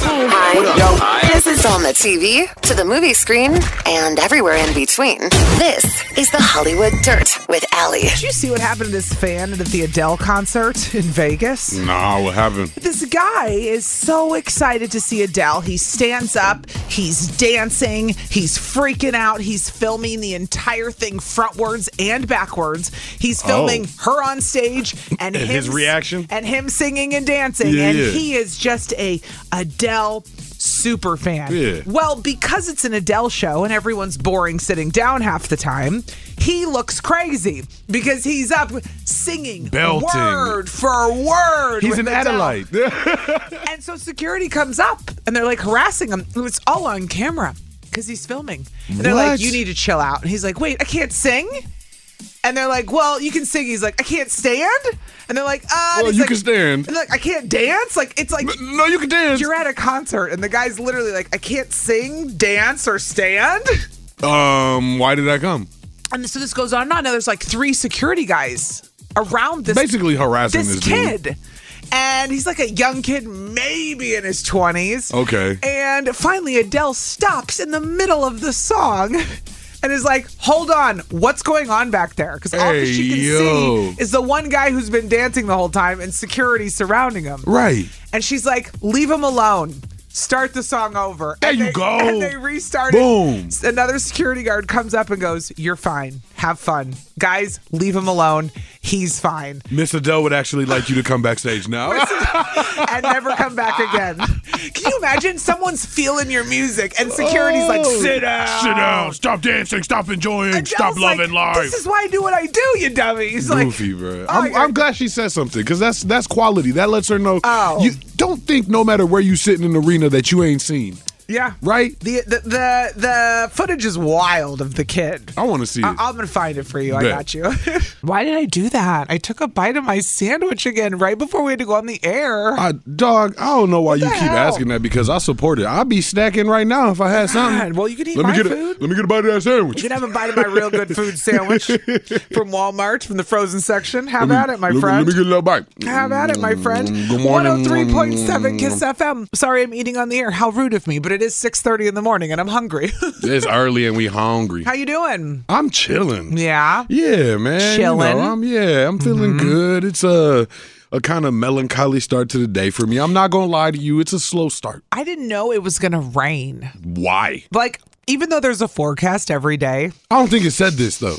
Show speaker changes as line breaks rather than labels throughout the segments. Hi. This is on the TV, to the movie screen, and everywhere in between. This is the Hollywood Dirt with Allie.
Did you see what happened to this fan at the Adele concert in Vegas?
Nah, what happened?
This guy is so excited to see Adele. He stands up, he's dancing, he's freaking out, he's filming the entire thing frontwards and backwards. He's filming her on stage and,
Oh. And his
him-
reaction?
and him singing and dancing.
Yeah,
and
yeah.
he is just a Adele super fan.
Yeah.
Well, because it's an Adele show and everyone's boring sitting down half the time, he looks crazy because he's up singing
Belting.
word for word.
He's
with
an
Adele.
Adelaide.
And so security comes up and they're like harassing him. It's all on camera because he's filming. And they're like,
What?
you need to chill out. And he's like, wait, I can't sing? And they're like, well, you can sing. He's like, I can't stand. And they're like, uh, and
Well,
he's
you
like-
can stand.
And they're like, I can't dance. Like, it's like,
no, you can dance.
you're at a concert and the guy's literally like, I can't sing, dance, or stand.
Um, why did I come?
And so this goes on and on. Now there's like three security guys around this
Basically harassing
this
this,
kid.
dude.
And he's like a young kid, maybe in his
Oh,
20s.
Okay.
And finally, Adele stops in the middle of the song and is like, hold on, what's going on back there? Because all that
Hey,
she can
yo.
see is the one guy who's been dancing the whole time and security surrounding him.
Right.
And she's like, leave him alone. Start the song over.
There
and
you
they,
go.
And they restart it.
Boom.
S- Another security guard comes up and goes, You're fine. Have fun. Guys, leave him alone. He's fine.
Miss Adele would actually like you to come backstage now.
and never come back again. Can you imagine someone's feeling your music and security's like, sit down.
Oh. Sit down. Stop dancing. Stop enjoying.
And
stop
Adele's like,
loving life.
This is why I do what I do, you dummy. He's like,
Goofy, bro.
Oh,
I'm,
you're-
I'm glad she said something because that's that's quality. That lets her know.
Oh.
You don't think no matter where you sit in an arena that you ain't seen.
yeah.
Right?
The, the the the footage is wild of the kid.
I want to see it.
I- I'm gonna find it for you. I
Bet.
got you. Why did I do that? I took a bite of my sandwich again right before we had to go on the air.
I, dog, I don't know why you
the
keep
hell?
asking that because I support it. I'd be snacking right now if I had something.
God, well, you can eat
let
my
me get
food.
A, let me get a bite of that sandwich.
You can have a bite of my real good food sandwich from Walmart from the frozen section. Have at it, my
let me-
friend.
let me get a little bite.
Have at it, my friend.
Mm, Good morning.
103.7 Kiss FM. Sorry I'm eating on the air. How rude of me, but it is 6.30 in the morning and I'm hungry.
It's early and we hungry.
How you doing?
I'm chilling.
Yeah.
Yeah, man. you know,
Chilling. Mm-hmm.
I'm yeah, I'm feeling good. It's a a kind of melancholy start to the day for me. I'm not gonna lie to you. It's a slow start.
I didn't know it was going to rain.
Why?
Like, even though there's a forecast every day,
I don't think it said this though.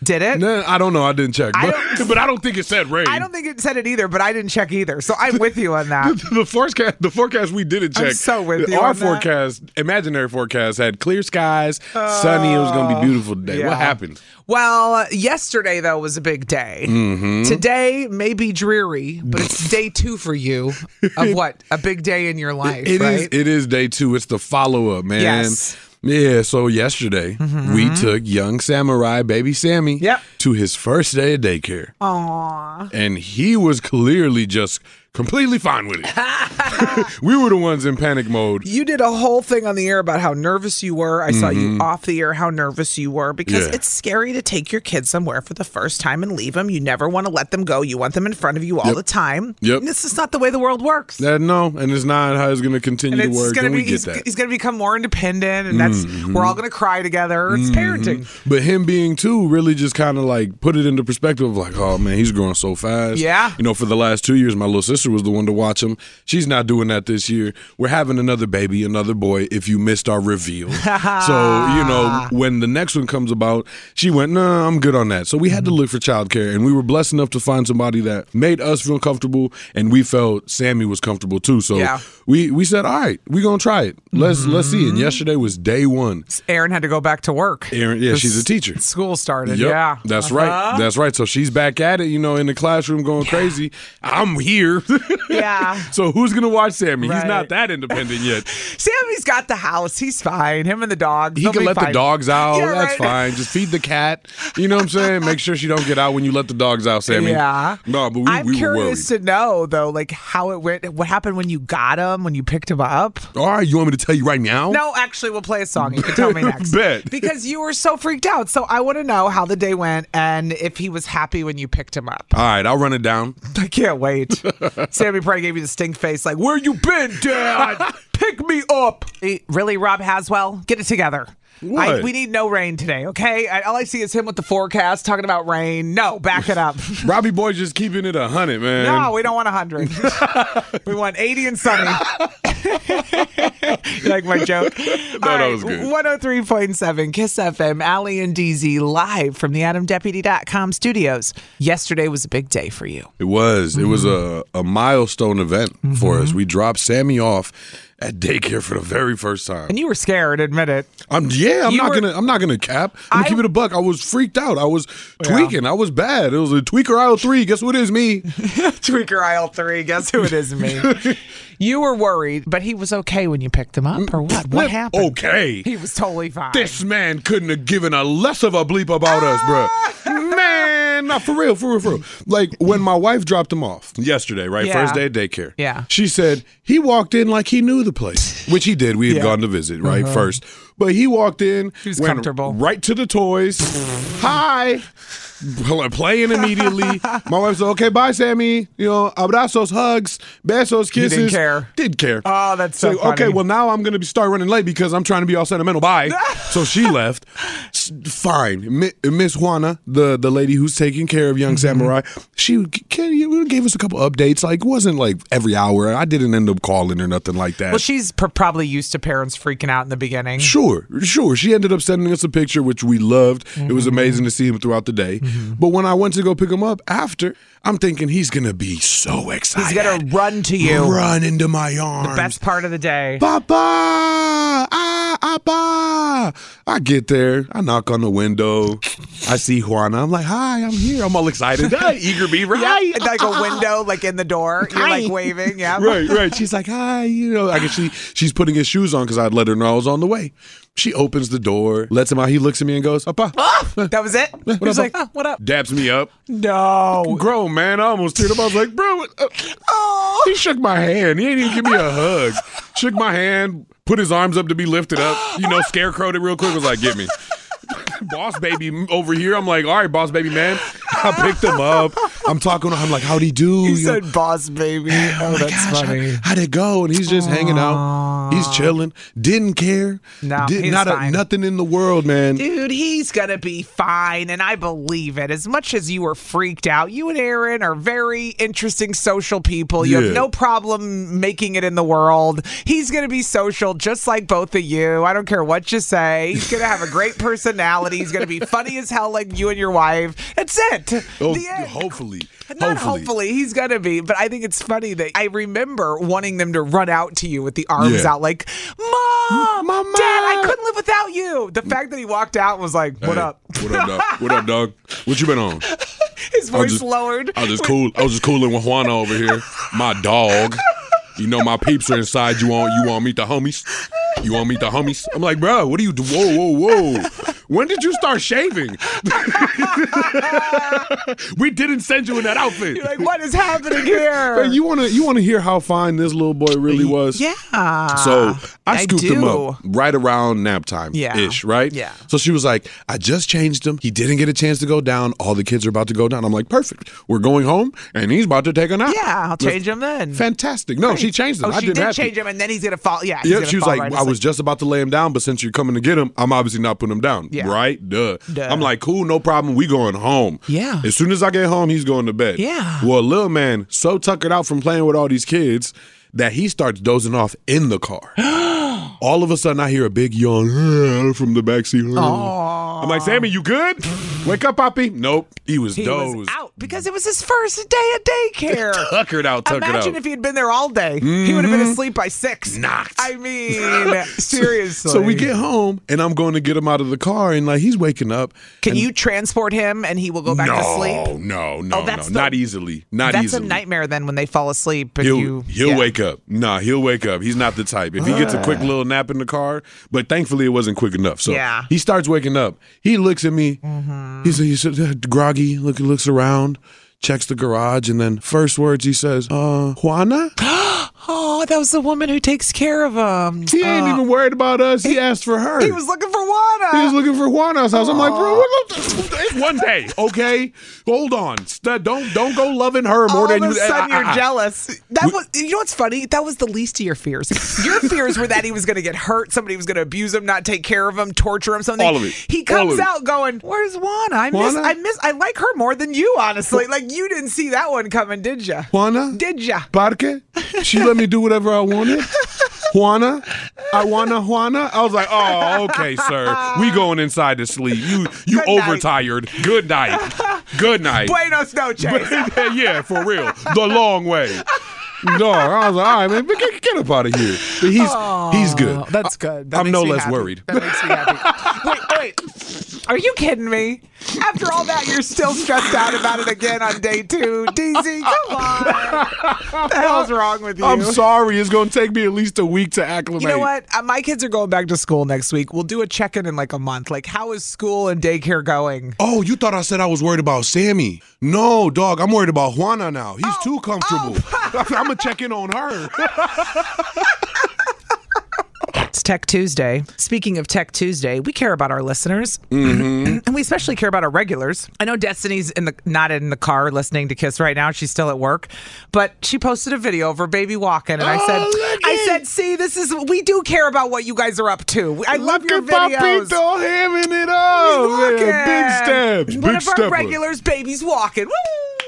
did it?
No, I don't know. I didn't check, but
I
I don't, but I don't think it said rain.
I don't think it said it either, but I didn't check either. So I'm with you on that.
the forecast, the forecast we didn't
I'm
check.
so with you
Our
on that.
forecast, imaginary forecast, had clear skies, sunny. It was gonna be beautiful today.
Oh, yeah.
What happened?
Well, yesterday though was a big day.
Mm-hmm.
Today may be dreary, but it's day two for you of what a big day in your life,
It is.
right?
It is day two. It's the follow up, man.
Yes. Mm-hmm.
Yeah. So yesterday we took young samurai baby Sammy.
Yep.
To his first day of daycare. Aww. And he was clearly just completely fine with it. we were the ones in panic mode.
you did a whole thing on the air about how nervous you were. I saw you off the air how nervous you were because
Mm-hmm. Yeah.
it's scary to take your kids somewhere for the first time and leave them. You never want to let them go. You want them in front of you all the time.
Yep.
And this is not the way the world works.
That no, and it's not how it's going to continue
and
to
it's
work.
gonna
And
be
we get
he's,
that. Mm-hmm.
he's gonna become more independent and that's we're all gonna cry together. It's parenting.
But him being two really just kind of like put it into perspective of like, oh man, he's growing so fast.
Yeah.
You know, for the last two years, my little sister was the one to watch him. She's not doing that this year. We're having another baby, another boy, if you missed our reveal. so, you know, when the next one comes about, she went, no, nah, I'm good on that. So we had to
Mm-hmm.
look for childcare and we were blessed enough to find somebody that made us feel comfortable and we felt Sammy was comfortable too. So
Yeah.
we, we said, all right, we're going to try it. Let's, let's see.
Mm-hmm.
And yesterday was day one.
Erin had to go back to work.
Aaron, yeah,
This-
she's a teacher.
School started.
Yep,
Yeah. Uh-huh.
That's right. That's right. So she's back at it, you know, in the classroom going crazy. I'm here.
Yeah.
so who's gonna watch Sammy? He's
Right.
not that independent yet.
Sammy's got the house. He's fine. Him and the dogs.
He
They'll
can
be
let the
fine.
dogs out.
Yeah,
That's
right.
fine. Just feed the cat. You know what I'm saying? Make sure she don't get out when you let the dogs out, Sammy.
Yeah.
No, but we,
I'm
we were worried.
curious to know though, like how it went. What happened when you got him? When you picked him up?
All right, you want me to tell you right now?
No, actually, we'll play a song. You can tell me next.
Bet.
Because you were so freaked out. So I want to know how the day went and if he was happy when you picked him up.
All right, I'll run it down.
I can't wait. Sammy probably gave you the stink face, like, where you been, Dad? Pick me up. Eh, Really, Rob Haswell? Get it together. I,
What?
we need no rain today, okay? I, all I see is him with the forecast talking about rain. No, back it up.
Robbie Boy's just keeping it a hundred, man.
No, we don't want 100. we want 80 and sunny. You like my joke? No,
that was good.
103.7 Kiss FM, Allie and DZ live from the AdamDeputy.com studios. Yesterday was a big day for you.
It was. It was a,
Mm-hmm.
a milestone event for us. We dropped Sammy off at daycare for the very first time.
And you were scared, admit it.
I'm yeah, I'm
You
not
were-
gonna I'm not gonna cap. I'm
I-
gonna keep it a buck. I was freaked out. I was tweaking. I was bad. It was a tweaker aisle three. Guess what it is me?
Tweaker aisle three. Guess who it is, me. you were worried, but he was okay when you picked him up, or what? What
Flip.
happened?
Okay.
He was totally fine.
This man couldn't have given a less of a bleep about us,
Ah!
bruh. Man, not for real, for real, for real. Like when my wife dropped him off yesterday, right?
Yeah.
First day at daycare.
Yeah.
She said he walked in like he knew the place, which he did. We had gone to visit, right? First. But he walked in.
Uh-huh. He was
went
comfortable.
Right to the toys. Hi. Pl- Playing immediately. My wife said, okay, bye, Sammy. You know, abrazos, hugs, besos,
didn't
kisses.
care.
Did care.
Oh, that's so
Say, Okay,
funny.
well, now I'm going to be start running late because I'm trying to be all sentimental. Bye. so she left. S- Fine. Mi- Miss Juana, the, the lady who's taking care of young
Mm-hmm.
Samurai, she g- ca- gave us a couple updates. Like, wasn't like every hour. I didn't end up calling or nothing like that.
Well, she's pr- probably used to parents freaking out in the beginning.
Sure, sure. She ended up sending us a picture, which we loved. It
Mm-hmm.
was amazing to see him throughout the day. But when I went to go pick him up after, I'm thinking he's gonna be so excited.
He's gonna run to you.
run into my arms.
Best part of the day.
Papa! Ah, Abba! I get there. I knock on the window. I see Juana. I'm like, hi, I'm here. I'm all excited. Hi, eager beaver. Hi.
Yeah, like a window, like in the door. You're like waving. Yeah.
Right, right. She's like, hi, you know. I guess she she's putting his shoes on because I'd let her know I was on the way. She opens the door, lets him out. He looks at me and goes, Papa.
That was it. He was
up,
like, "Huh, what up?
Daps me up.
No.
Grown man, I almost teared up. I was like, bro, what- uh,
Oh.
he shook my hand. He didn't even give me a hug. Shook my hand, put his arms up to be lifted up. You know, scarecrowed it real quick. Was like, get me. boss baby over here. I'm like, all right, boss baby man. I picked him up. I'm talking to him. I'm like, how'd he do?
He
You know,
said, "Boss, baby."
oh
Oh,
my
that's
gosh,
funny.
How, would it go? And he's just hanging out. He's chilling. Didn't care.
No,
Did,
he's
not
fine.
nothing in the world, man.
Dude, he's going to be fine, and I believe it. As much as you were freaked out, you and Aaron are very interesting social people. You
Yeah.
have no problem making it in the world. He's going to be social just like both of you. I don't care what you say. He's going to have a great personality. He's going to be funny as hell like you and your wife. That's it.
Oh,
the end.
hopefully,
Not hopefully. he's gonna be, but I think it's funny that I remember wanting them to run out to you with the arms
Yeah.
out, like, "Mom,
Mama!"
Dad, I couldn't live without you." The fact that he walked out was like, "What
Hey,
up?"
What up, dog? What up, dog? What you been on?
His
I was
voice lowered.
I was just cool. I was just cooling with Juana over here. My dog. You know my peeps are inside. You want you want to meet the homies? You want to meet the homies? I'm like, bro, what are you? do- Whoa, whoa, whoa! When did you start shaving? we didn't send you in that outfit.
You're like, "What is happening here?"
Hey, you wanna you wanna hear how fine this little boy really was?
yeah.
So I
I
scooped him
Ah, do.
up right around nap time
Yeah.
ish, right?
Yeah.
So she was like, I just changed him. He didn't get a chance to go down. All the kids are about to go down. I'm like, perfect. We're going home and he's about to take a nap.
yeah, I'll change him then.
Fantastic. No, she changed him.
oh,
I
she
didn't
did
have to.
change him, and then he's gonna fall. Yeah, he's
Yeah,
gonna
she was
fall
like,
right
I was just about to lay him down, but since you're coming to get him, I'm obviously not putting him down.
Yeah.
Right? Duh.
Duh.
I'm like, cool, no problem. We going home.
Yeah.
As soon as I get home, he's going to bed.
Yeah.
Well, little man, so tuckered out from playing with all these kids that he starts dozing off in the car. all of a sudden, I hear a big yawn from the backseat. I'm like, Sammy, you good? Wake up, Poppy. Nope. He was
He
dozed.
was out because it was his first day at daycare.
Tuckered out, Mm-hmm. tuckered
Imagine
out.
if he had been there all day. He would have been asleep by six.
Knocked.
I mean, seriously.
So we get home, and I'm going to get him out of the car, and like he's waking up.
Can you transport him and he will go back
no,
to sleep?
no, no,
Oh,
no,
that's the-
not easily, not
That's
easily.
a nightmare then when they fall asleep. But
He'll
you,
he'll
yeah.
wake up. Nah, he'll wake up. He's not the type. If he gets a quick little nap in the car, but thankfully it wasn't quick enough. So
Yeah. Mm-hmm.
he starts waking up. He looks at me. He's, he's uh, groggy. Look, he looks around, checks the garage, and then first words he says, "Uh, Juana."
Oh, that was the woman who takes care of him.
He ain't even worried about us. He, asked for her.
Uh, He was looking for Juana.
He was looking for Juana's house. I'm like, bro, what the, it's one day, okay? Hold on, St- don't don't go loving her more
all
than
of a
you.
sudden,
I-
Oh, you're
I- I-
jealous. That was, you know, what's funny? That was the least of your fears. Your fears were that he was going to get hurt, somebody was going to abuse him, not take care of him, torture him, something.
All of it.
He
All
comes
of it.
out going, "Where's Juana? I miss,
Juana?
I miss, I like her more than you, honestly. Like you didn't see that one coming, did ya?
Juana,
Did ya?
Parque, she let me do whatever I wanted. Juana, I wanna Juana. I was like, oh, okay, sir. We going inside to sleep. You you
Good night.
overtired. Good night. Good night.
Buenos noches.
yeah, for real. The long way. No, I was like, all right, man, but get, get up out of here. But he's he's good.
Oh, That's good. That
I'm
makes
no
me
less
happy.
worried.
That makes me happy. wait, wait. Are you kidding me? After all that, you're still stressed out about it again on day two. DZ, come on. What the hell's wrong with you?
I'm sorry. It's gonna take me at least a week to acclimate.
You know what? Uh, my kids are going back to school next week. We'll do a check in in like a month. Like, how is school and daycare going?
Oh, you thought I said I was worried about Sammy? No, dog. I'm worried about Juana now. He's
Oh,
too comfortable. I'm gonna check in on her.
It's Tech Tuesday. Speaking of Tech Tuesday, we care about our listeners,
Mm-hmm.
and we especially care about our regulars. I know Destiny's in the not in the car listening to Kiss right now; she's still at work, but she posted a video of her baby walking, and I said,
Oh, look
"I
it.
said, see, this is we do care about what you guys are up to. We- I love your videos."
Papito hamming it up.
Look
man.
at-
Big steps.
One
Big
of our
stepper.
regulars, baby's walking. Woo!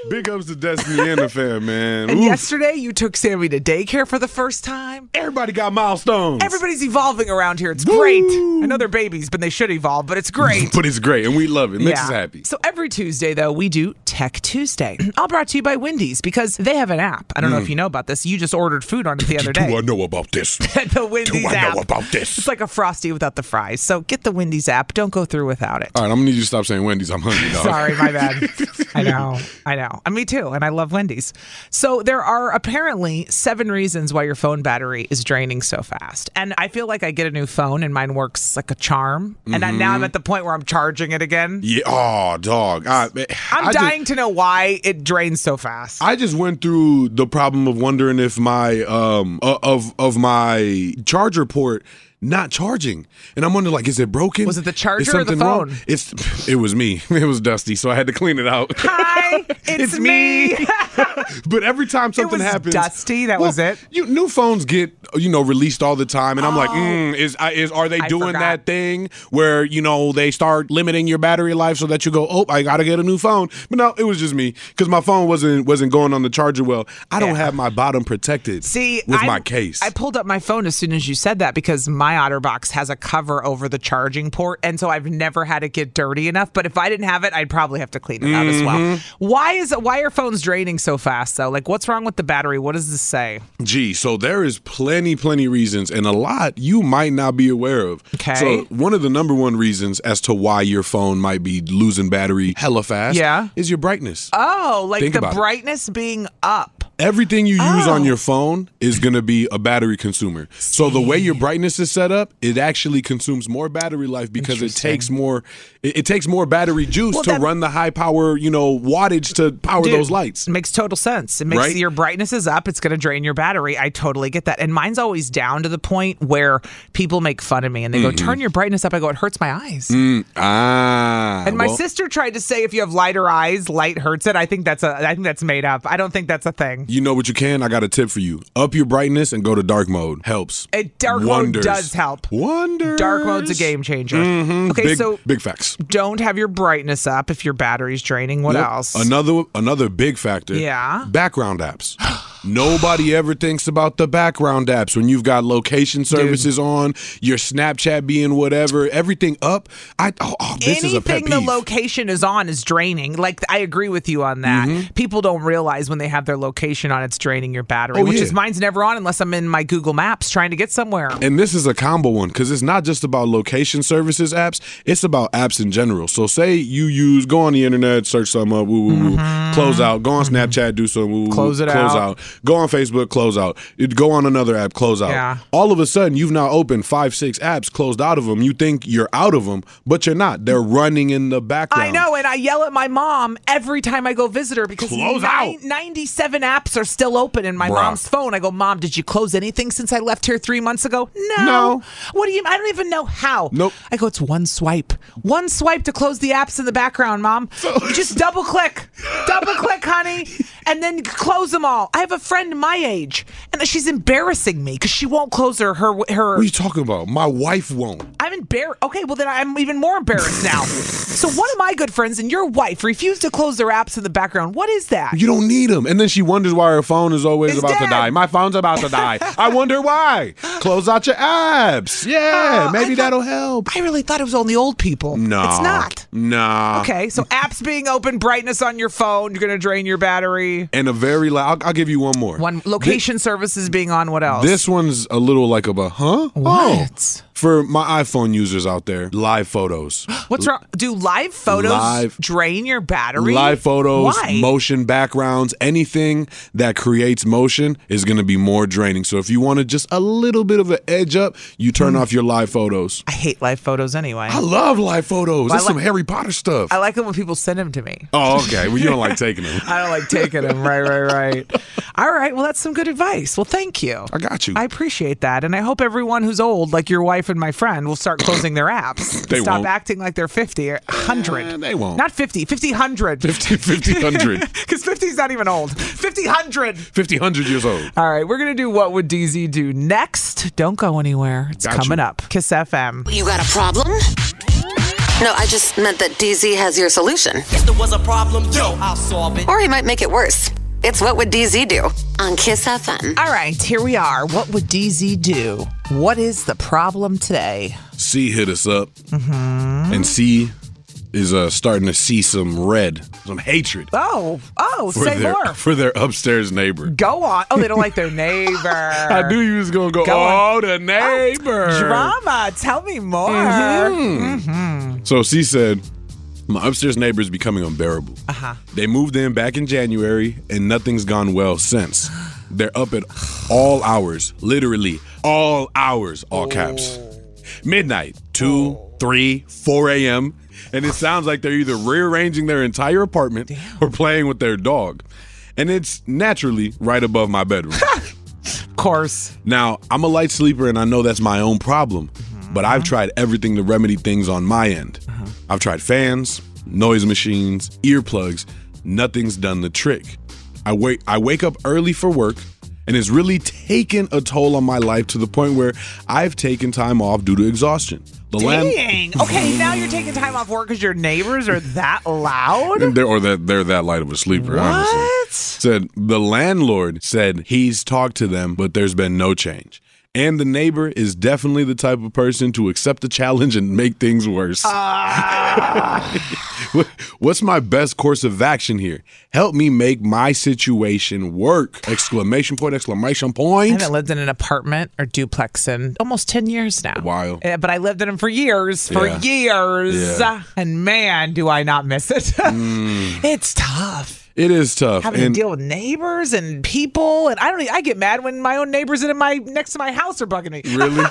Big ups to Destiny and the fam, man.
And
Oof.
yesterday, you took Sammy to daycare for the first time.
Everybody got milestones.
Everybody's evolving around here. It's
Woo!
great. I know they're babies, but they should evolve, but it's great.
But it's great, and we love it. Makes us happy.
So every Tuesday, though, we do Tech Tuesday. All brought to you by Wendy's because they have an app. I don't know if you know about this. You just ordered food on it the other
Mm. Do I
day.
know about this?
the Wendy's
Do I
app.
know about this?
It's like a frosty without the fries. So get the Wendy's app. Don't go through without it.
All right, I'm gonna need you to stop saying Wendy's. I'm hungry, dog.
Sorry, my bad. I know. I know. And me too. And I love Wendy's. So there are apparently seven reasons why your phone battery is draining so fast. And I feel like I get a new phone and mine works like a charm. And I,
Mm-hmm.
now I'm at the point where I'm charging it again.
Yeah. Oh, dog. I, man,
I'm
I just-
dying to know why it drains so fast.
I just went through the problem of wondering if my um uh, of of my charger port not charging, and I'm wondering like, is it broken?
Was it the
Is
charger or the
something wrong?
phone?
It's it was me. It was dusty, so I had to clean it out.
Hi, it's, me.
but every time something
was
happens,
dusty, that was it? Oh.
You new phones get you know released all the time, and I'm like, mm, is I- is are they
I
doing
forgot.
that thing where you know they start limiting your battery life so that you go, oh, I gotta get a new phone. But no, it was just me because my phone wasn't wasn't going on the charger well. I don't
Yeah.
have my bottom protected.
See,
with
I'm-
my case,
I pulled up my phone as soon as you said that because my OtterBox has a cover over the charging port, and so I've never had it get dirty enough. But if I didn't have it, I'd probably have to clean it out as well.
Mm-hmm.
Why is it? Why are phones draining so fast though? Like, what's wrong with the battery? What does this say?
Gee, so there is plenty, plenty reasons, and a lot you might not be aware of.
Okay.
So one of the number one reasons as to why your phone might be losing battery hella fast
Yeah.
is your brightness.
Oh, like
Think
the
about it.
brightness being up.
Everything you use on
Oh.
your phone is going to be a battery consumer. So the way your brightness is set up, it actually consumes more battery life because it takes more it, it takes more battery juice
Well,
to
that-
run the high power, you know, wattage to power
Dude,
those lights.
It makes total sense. It makes
Right?
your brightness is up. It's going to drain your battery. I totally get that. And mine's always down to the point where people make fun of me and they
Mm-hmm.
go, "Turn your brightness up." I go, "It hurts my eyes."
Ah.
Mm. And my
Mm, well,
sister tried to say if you have lighter eyes, light hurts it. I think that's a I think that's made up. I don't think that's a thing.
you know what you can? I got a tip for you. Up your brightness and go to dark mode. Helps.
It, dark
Wonders.
mode does help.
Wonders. Mm-hmm.
Dark mode's a game changer. Okay,
Big,
so
big facts.
don't have your brightness up if your battery's draining. What
Yep.
else?
Another another big factor.
Yeah.
Background apps. Nobody ever thinks about the background apps when you've got location services on, your Snapchat being whatever, everything up. I oh, oh, this is a pet
Anything
peeve.
the location is on is draining. Like I agree with you on that.
Mm-hmm.
People don't realize when they have their location on, it's draining your battery.
Oh,
which
yeah.
is mine's never on unless I'm in my Google Maps trying to get somewhere.
And this is a combo one because it's not just about location services apps, it's about apps in general. So, say you use, go on the internet, search something up, woo, woo, woo, close out, go on Snapchat, do something, woo, woo,
Mm-hmm. Close
woo,
it
close
out.
go on Facebook, close out, You'd go on another app, close out.
Yeah.
All of a sudden, you've now opened five, six apps, closed out of them. You think you're out of them, but you're not. They're running in the background.
I know, and I yell at my mom every time I go visit her because
Close
nine-
out.
97 apps are still open in my
Bruh.
mom's phone. I go, Mom, did you close anything since I left here three months ago? No.
No.
What do you, I don't even know how.
Nope.
I go, it's one swipe. One swipe to close the apps in the background, Mom. Just double click. Double click, honey. And then close them all. I have a friend my age, and she's embarrassing me because she won't close her, her, her
What are you talking about? My wife won't.
I'm embarrassed. Okay, well then I'm even more embarrassed now. so one of my good friends and your wife refused to close their apps in the background. What is that?
You don't need them. And then she wonders why her phone is always
It's
about
dead.
to die. My phone's about to die. I wonder why. Close out your apps. Yeah,
Uh, I
maybe
thought-
that'll help.
I really thought it was only old people.
No.
it's not.
No.
Okay, so apps being open, brightness on your phone, you're gonna drain your battery.
And a very loud, I'll, I'll give you one more.
One location services being on. What else?
This one's a little like of a, huh?
What?
Oh. For my iPhone users out there, live photos.
What's wrong? Do live photos
Live-
drain your battery?
Live photos,
Why?
motion backgrounds, anything that creates motion is going to be more draining. So if you wanted just a little bit of an edge up, you turn
Hmm.
off your live photos.
I hate live photos anyway.
I love live photos. That's
I like-
some Harry Potter stuff.
I like them when people send them to me.
oh, okay. Well, you don't like taking them.
I don't like taking them. Right, right, right. All right. Well, that's some good advice. Well, thank you.
I got you.
I appreciate that. And I hope everyone who's old, like your wife and my friend, will start closing their apps.
They
Stop
won't.
acting like they're 50 or 100.
Eh, they won't.
Not 50, 50, 100.
50, 50, 100.
Because 50 is not even old. 50, 100.
50, 100 years old.
All right. We're going to do What Would DZ Do Next? Don't go anywhere. It's
Got you.
coming up. Kiss FM.
You got a problem? No, I just meant that DZ has your solution.
If there was a problem, yo, I'll solve it.
Or he might make it worse. It's What Would DZ Do on Kiss FM.
All right. Here we are. What would DZ do? What is the problem today?
C hit us up.
Mm-hmm.
And C is uh, starting to see some red, some hatred
Oh, oh, say
their,
more.
for their upstairs neighbor.
Go on. Oh, they don't like their neighbor.
I knew you was going to go,
Go on.
oh, the neighbor. Mm-hmm.
Drama. Tell me more.
So she said, My upstairs neighbor is becoming unbearable. Uh-huh. They moved in back in January and nothing's gone well since. They're up at all hours, literally all hours, all caps. Midnight, 2, 3, 4 a.m. And it sounds like they're either rearranging their entire apartment or playing with their dog. And it's naturally right above my bedroom.
Of course.
Now, I'm a light sleeper and I know that's my own problem, but I've tried everything to remedy things on my end. I've tried fans, noise machines, earplugs, nothing's done the trick. I wake I wake up early for work and it's really taken a toll on my life to the point where I've taken time off due to exhaustion. The
Dang. Okay, now you're taking time off work because your neighbors are that loud?
and they're, or that they're that light of a sleeper, honestly.
What?
said the landlord said he's talked to them but there's been no change and the neighbor is definitely the type of person to accept the challenge and make things worse What- what's my best course of action here help me make my situation work exclamation point exclamation
I
point
haven't lived in an apartment or duplex in almost 10 years now.
while.
Uh, But I lived in them for years, for
Yeah.
years.
Yeah.
And man, do I not miss it. It's tough.
it is tough
having
and
to deal with neighbors and people and I don't even, I get mad when my own neighbors in my next to my house are bugging me.
Really?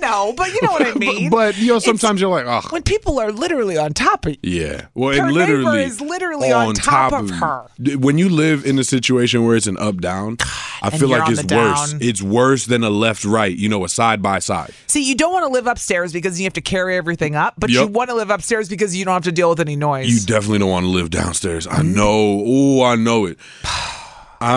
no, but you know what I mean.
but, but, you know sometimes you're like oh
when people are literally on top of you.
Yeah. Well,
Her
and
neighbor
literally
is literally on top of
you.
her.
D- When you live in a situation where it's an up down, I feel
you're
like
on
it's
the
worse.
down.
It's worse than a left right, you know, a side by side.
See, you don't want to live upstairs because you have to carry everything up, but you
Yep.
want to live upstairs because you don't have to deal with any noise. Mm.
You definitely don't want to live downstairs. I know. Oh, I know it. I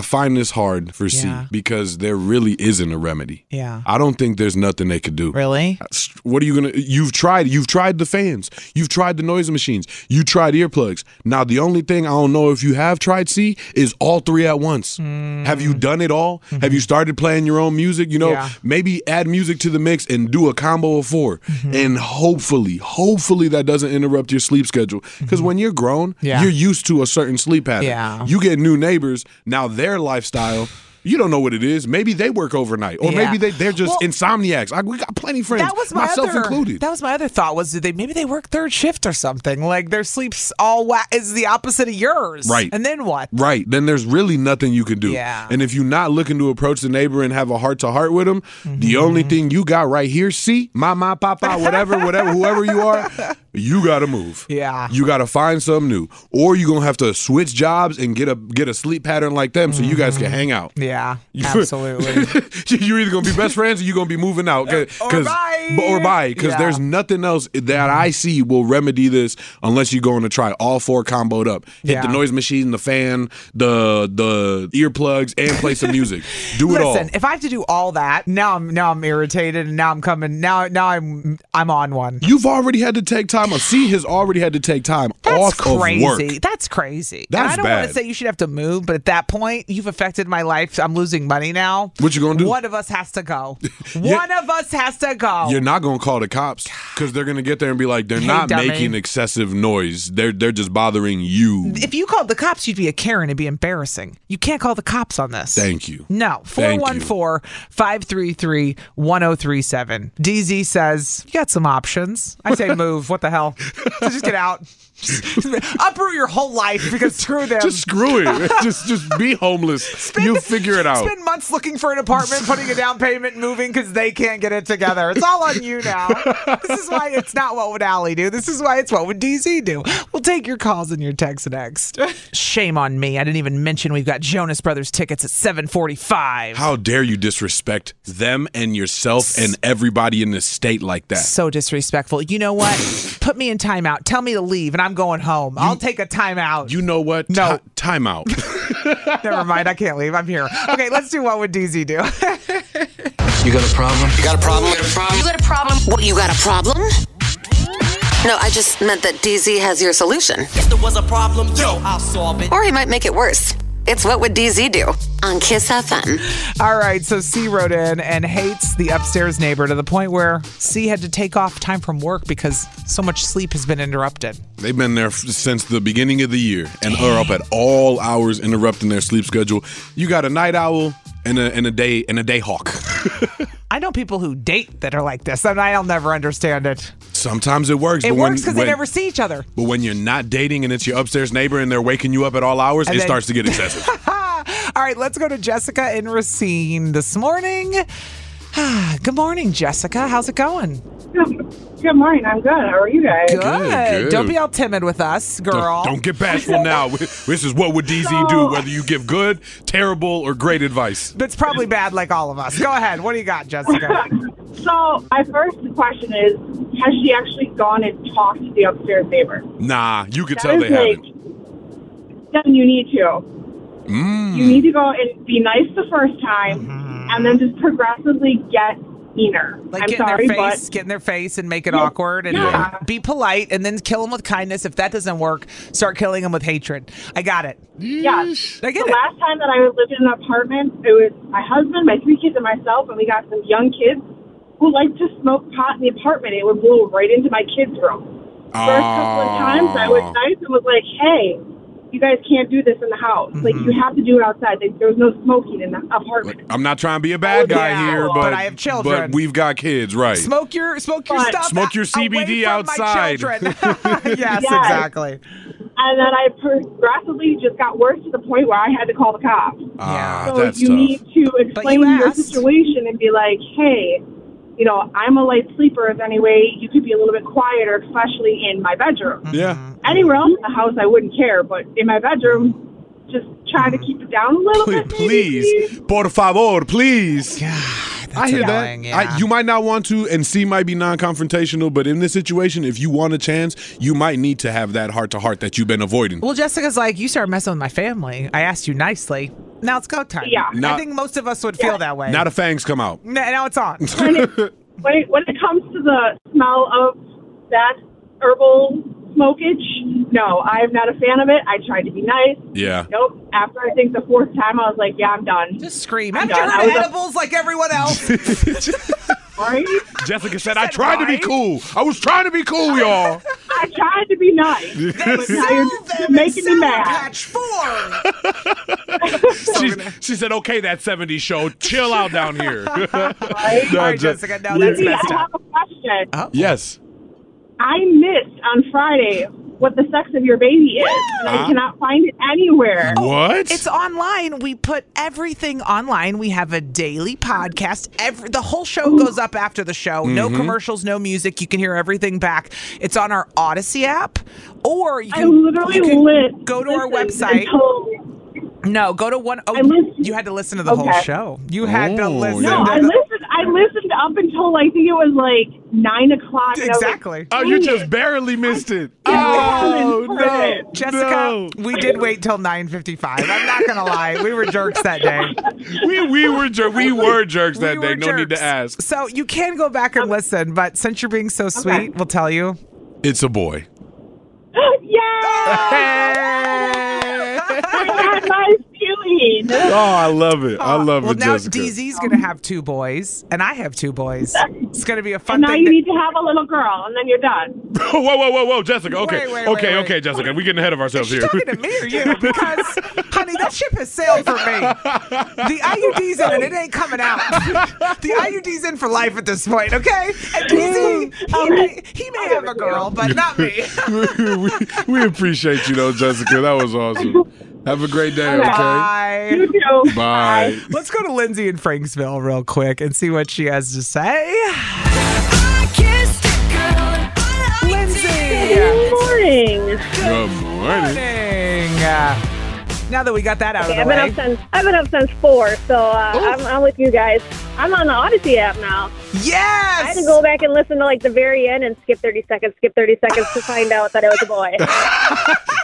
I find this hard for
Yeah.
C because there really isn't a remedy.
Yeah.
I don't think there's nothing they could do.
Really?
What are you gonna? You've tried. You've tried the fans. You've tried the noise machines. You tried earplugs. Now the only thing I don't know if you have tried C is all three at once.
Mm.
Have you done it all? Have you started playing your own music? You know,
Mm-hmm. Yeah.
maybe add music to the mix and do a combo of 4
Mm-hmm.
and hopefully, hopefully that doesn't interrupt your sleep schedule. Because when you're grown,
Mm-hmm. Yeah.
you're used to a certain sleep pattern.
Yeah.
You get new neighbors. Now their lifestyle. You don't know what it is. Maybe they work overnight, or
Yeah.
maybe they, they're just
Well-
insomniacs. I, we got plenty of friends
That was my
myself
other,
included.
That was my other thought was did they maybe they work third shift or something? Like their sleep's all wa- is the opposite of yours.
Right.
And then what?
right. Then there's really nothing you can do.
Yeah.
And if you're not looking to approach the neighbor and have a heart to heart with them, the only
Mm-hmm.
thing you got right here, see, my, my, papa, whatever, whatever, whoever you are, you got to move.
Yeah.
You got to find something new. Or you're going to have to switch jobs and get a get a sleep pattern like them so you guys can
Mm-hmm.
hang out.
Yeah. Absolutely.
you're either gonna be best friends or you're gonna be moving out, Cause,
Or
'cause-
bye.
b- or bye, because
Yeah.
there's nothing else that I see will remedy this unless you're going to try all four comboed up. Hit
Yeah.
the noise machine, the fan, the the earplugs, and play some music. Do it all.
Listen, if I have to do all that, now I'm now I'm irritated and now I'm coming now now I'm I'm on one.
You've already had to take time off. C has already had to take time
That's
off
crazy.
of work.
That's crazy. and
That's
I don't want to
bad.
say you should have to move, but at that point, you've affected my life. I'm losing money now.
What you gonna do?
One of us has to go.
You're-
One of us has to go.
You're not gonna call the cops because they're gonna get there and be like, they're
Hey,
not
dummy.
making excessive noise. They're they're just bothering you.
if you called the cops, you'd be a Karen. It'd be embarrassing. You can't call the cops on this.
Thank you.
No.
Thank you.
414 533 1037. DZ says, You got some options. I say, move. What the hell? Just get out. Uproot your whole life because screw them.
Just screw it. just just be homeless. you figure it out.
Spend months looking for an apartment, putting a down payment, moving because they can't get it together. It's all on you now. this is why it's not what would Allie do. This is why it's what would DZ do. We'll take your calls and your texts next. Shame on me. I didn't even mention we've got Jonas Brothers tickets at 745.
How dare you disrespect them and yourself and everybody in this state like that?
so disrespectful. You know what? Put me in timeout. Tell me to leave and I'm going home. I'll take a timeout.
You know what?
No.
Ti- time out.
Never mind. I can't leave. I'm here. Okay, let's do what would DZ do?
You got a problem?
You got a problem?
Uh, You got a problem? What, you got a problem? No, I just meant that DZ has your solution.
If there was a problem, yo, I'll solve it.
Or he might make it worse. It's What Would DZ Do on Kiss FM.
All right, so C wrote in and hates the upstairs neighbor to the point where C had to take off time from work because so much sleep has been interrupted.
They've been there f- since the beginning of the year and are up at all hours interrupting their sleep schedule. You got a night owl and a and a day and a day hawk.
I know people who date that are like this, and I'll never understand it.
Sometimes it works,
It
but
works
when,
because they
when-
never see each other.
but when you're not dating and it's your upstairs neighbor and they're waking you up at all hours,
And
it
then-
starts to get excessive.
All right, let's go to Jessica in Racine this morning. Good morning, Jessica. How's it going?
Good morning. I'm good. How are you guys?
Good.
good.
Don't be all timid with us, girl.
Don't, don't get bashful now. This is what would DZ do,
No.
whether you give good, terrible, or great advice.
It's probably bad, like all of us. Go ahead. What do you got, Jessica?
So, my first question is Has she actually gone and talked to the upstairs neighbor?
Nah, you could
That
tell
is
they haven't.
Then you need to.
Mm.
You need to go and be nice the first time and then just progressively get meaner.
Like
I'm
get
sorry,
in their face,
but
get in their face, and make it awkward, and
Yeah.
and be polite, and then kill them with kindness. If that doesn't work, start killing them with hatred. I got it.
yes.
I get
the
it.
last time that I lived in an apartment, it was my husband, my three kids, and myself, and we got some young kids who liked to smoke pot in the apartment. It would blow right into my kids' room. first couple of times
Ah.
I
Oh.
was nice and was like, hey, you guys can't do this in the house. Like,
Mm-hmm.
you have to do it outside. Like, there's no smoking in the apartment.
I'm not trying to be a bad guy
Yeah,
here,
but
but,
I have children.
But we've got kids, right?
Smoke your smoke your
But-
stuff.
Smoke your
a-
CBD
away from my
outside.
children. yes, exactly.
And then I progressively just got worse to the point where I had to call the cops.
Ah,
so
that's
you
tough.
need to explain
you
your
asked.
situation and be like, hey, you know, I'm a light sleeper. Is there any way you could be a little bit quieter, especially in my
Mm.
bedroom?
yeah.
Anywhere else in the house, I wouldn't care, but in my bedroom, just try to keep it down a little
Mm. Please,
bit. maybe,
please, por favor, please.
That's
I hear
annoying,
that.
Yeah.
I, you might not want to, and C might be non-confrontational, but in this situation, if you want a chance, you might need to have that heart-to-heart that you've been avoiding.
well, Jessica's like, you started messing with my family. I asked you nicely. Now it's go time.
Yeah.
Not-
I think most of us would feel that way.
Now the fangs come out.
N- now it's on.
when it, when it, when it comes to the smell of that herbal smokage, no, I'm not a fan of it. I tried to be nice.
Yeah.
Nope. After I think the fourth time, I was like, yeah, I'm done.
Just scream.
I'm
After
done. I was a-
edibles like everyone else.
right?
Jessica said, "I tried to be cool. I was trying to be cool, y'all."
I tried to be nice. But now you're, you're making me mad.
four.
she, she said, "Okay, that '70s show. Chill out down here."
All right, Jessica. No, that's
Lindsay,
messed
I
up.
have a question.
Yes.
I missed on Friday what the sex of your baby is, and
Uh-huh.
I cannot find it anywhere.
What?
It's online. We put everything online. We have a daily podcast. Every the whole show goes up after the show. No
Mm-hmm.
commercials, no music. You can hear everything back. It's on our Odyssey app, or you
I
can,
literally
you can
lit.
go to our
listened
website.
until-
No, go to one. Oh,
I listened-
you had to listen to the whole
Okay.
show. You had to
Oh,
listen.
yeah.
No,
to
I
the-
listened. I listened up until I think it was like nine o'clock. and I was like,
exactly.
oh, you just barely missed it.
Oh,
Oh
no, no.
no,
Jessica, we did wait till 9:55. I'm not gonna lie, we were jerks that day.
We we were jer- we were jerks that
We
day.
were
No need
jerks.
to ask.
So you can go back
Um,
and listen, but since you're being so sweet, we'll tell you.
It's a boy.
yeah, I had my feeling.
Oh, I love it. I love
Oh, well,
it,
now
Jessica.
DZ's gonna have two boys, and I have two boys. It's gonna be a fun
And now
thing.
you
to-
need to have a little girl, and then you're done.
whoa, whoa, whoa, whoa, Jessica. Okay,
Wait, wait,
okay,
wait, wait.
okay, Jessica. We're getting ahead of ourselves
She's
here.
talking to me or you? Because, honey, that ship has sailed for me. The IUD's in and it ain't coming out. The IUD's in for life at this point, okay? And DZ, he may, he may have a girl, but not me.
we, we appreciate you, though, Jessica. That was awesome. Have a great day. Okay.
Bye.
You too.
Bye.
Let's go to Lindsay in Franksville real quick and see what she has to say. Lindsay!
Good morning.
Good morning.
Morning. Uh, Now that we got that out of the
I've been up
way,
since I've been up since four, so uh, I'm, I'm with you guys. I'm on the Odyssey app now. I had to
yes,
go back and listen to like the very end and skip 30 seconds, skip 30 seconds to find out that it was a boy.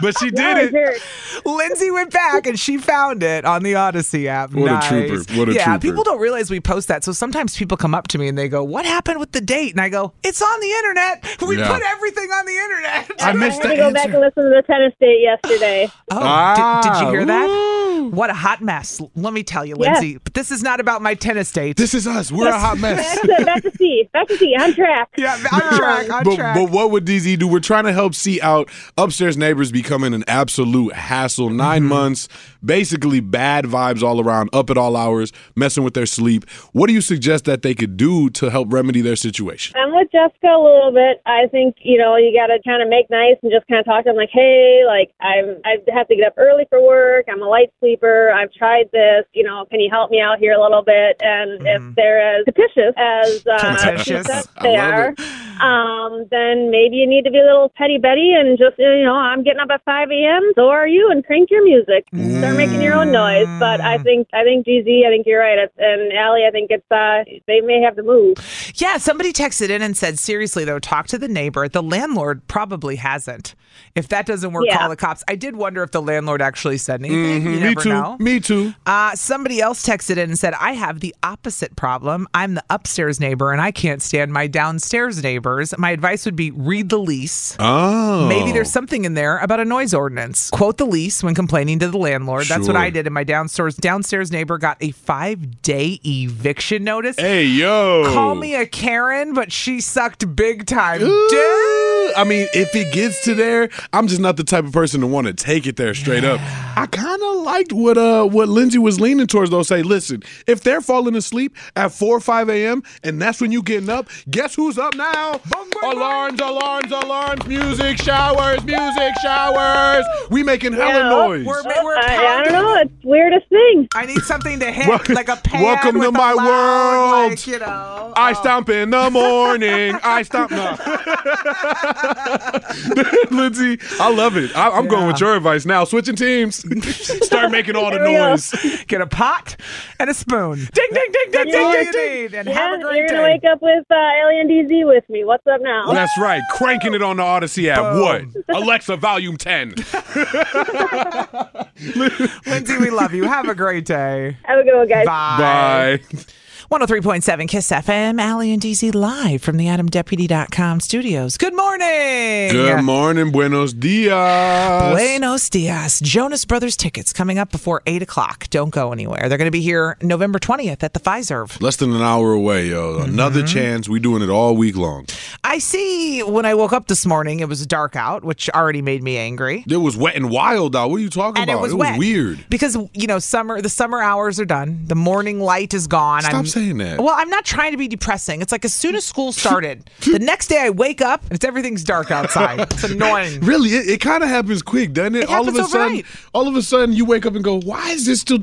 But she
That was
did it.
yours.
Lindsay went back and she found it on the Odyssey app.
What a
Nice.
trooper. What a
yeah,
trooper.
people don't realize we post that, so sometimes people come up to me and they go, "What happened with the date?" And I go, "It's on the internet. We
Yeah.
put everything on the internet."
I missed
I had
the
to go back and
answer.
listen to the tennis date yesterday.
Oh,
Ah,
did, did you hear that?
ooh.
What a hot mess. L- Let me tell you,
Yeah.
Lindsay. But this is not about my tennis date.
This is us. We're a hot mess.
Back to, back to C. Back to C. On track.
yeah, on track. On
but,
track.
but what would DZ do? We're trying to help see out upstairs neighbors becoming an absolute hassle. 9 months, basically bad vibes all around, up at all hours, messing with their sleep. What do you suggest that they could do to help remedy their situation?
I'm with Jessica a little bit. I think you know you got to kind of make nice and just kind of talk to them like, hey, like I'm I have to get up early for work. I'm a light sleeper. I've tried this. You know, can you help me out here a little bit? And if they're as petitious as uh, she
Contentious.
says
Mm-hmm. I
they
love
are, um, then maybe you need to be a little petty Betty and just you know I'm getting up at 5 a.m. So are you? And crank your music. Start making your own noise. But
Mm.
I think I think GZ. I think you're right. It's, and Allie, I think it's uh, they may have to move.
Yeah, somebody texted in and said, seriously, though, talk to the neighbor. The landlord probably hasn't. If that doesn't work,
Yeah.
call the cops. I did wonder if the landlord actually said anything. You
Mm-hmm. me
never
too.
know.
Me too.
Uh, somebody else texted in and said, I have the opposite problem. I'm the upstairs neighbor and I can't stand my downstairs neighbors. My advice would be read the lease.
Oh.
Maybe there's something in there about a noise ordinance. Quote the lease when complaining to the landlord. That's what
Sure.
I did. And my downstairs downstairs neighbor got a five day eviction notice.
Hey, yo.
Call me a Karen, but she sucked big time.
Ooh.
Dude.
I mean, if it gets to there, I'm just not the type of person to want to take it there straight up. I kind of liked what uh what Lindsay was leaning towards though. Say, listen, if they're falling asleep at four or five a.m. and that's when you getting up, guess who's up now?
bong.
alarms, alarms, alarms! Music, showers, music, showers. We making hella
Yeah.
noise.
We're, we're
Oh I, I
pounding.
don't know. It's the weirdest thing.
I need something to hit,
Welcome-
like a pan
welcome
with
to
a
my
loud,
world.
Like, you know, Oh.
I stomp in the morning. I stomp. No. Lindsay, I love it. I, I'm going with your advice now. Switching teams. Start making all the
There we go.
noise.
Get a pot and a spoon. Ding, ding, ding, ding,
Yeah.
ding, ding, ding. And have a
Yeah,
great
you're gonna
day.
wake up with uh, Alien DZ with me. What's up now?
That's right. Cranking it on the Odyssey app.
Boom.
What? Alexa, volume 10.
Lindsay, we love you. Have a great day.
Have a good one, guys.
Bye.
103.7 Kiss FM, Allie and DZ live from the AdamDeputy.com studios. Good morning.
Good morning. Buenos dias.
Buenos dias. Jonas Brothers tickets coming up before 8 o'clock. Don't go anywhere. They're going to be here November 20th at the Pfizer.
Less than an hour away, yo.
Mm-hmm.
Another chance. We doing it all week long.
I see when I woke up this morning, it was dark out, which already made me angry.
It was wet and wild out. What are you talking
And
about?
it was, wet.
weird.
because you know summer. The summer hours are done. The morning light is gone.
Stop saying that.
Well, I'm not trying to be depressing. It's like as soon as school started, the next day I wake up and it's everything's dark outside. It's annoying.
Really, it, it kind of happens quick, doesn't it?
It
all of a
happens
sudden,
overnight.
all of a sudden, you wake up and go, "Why is this still?"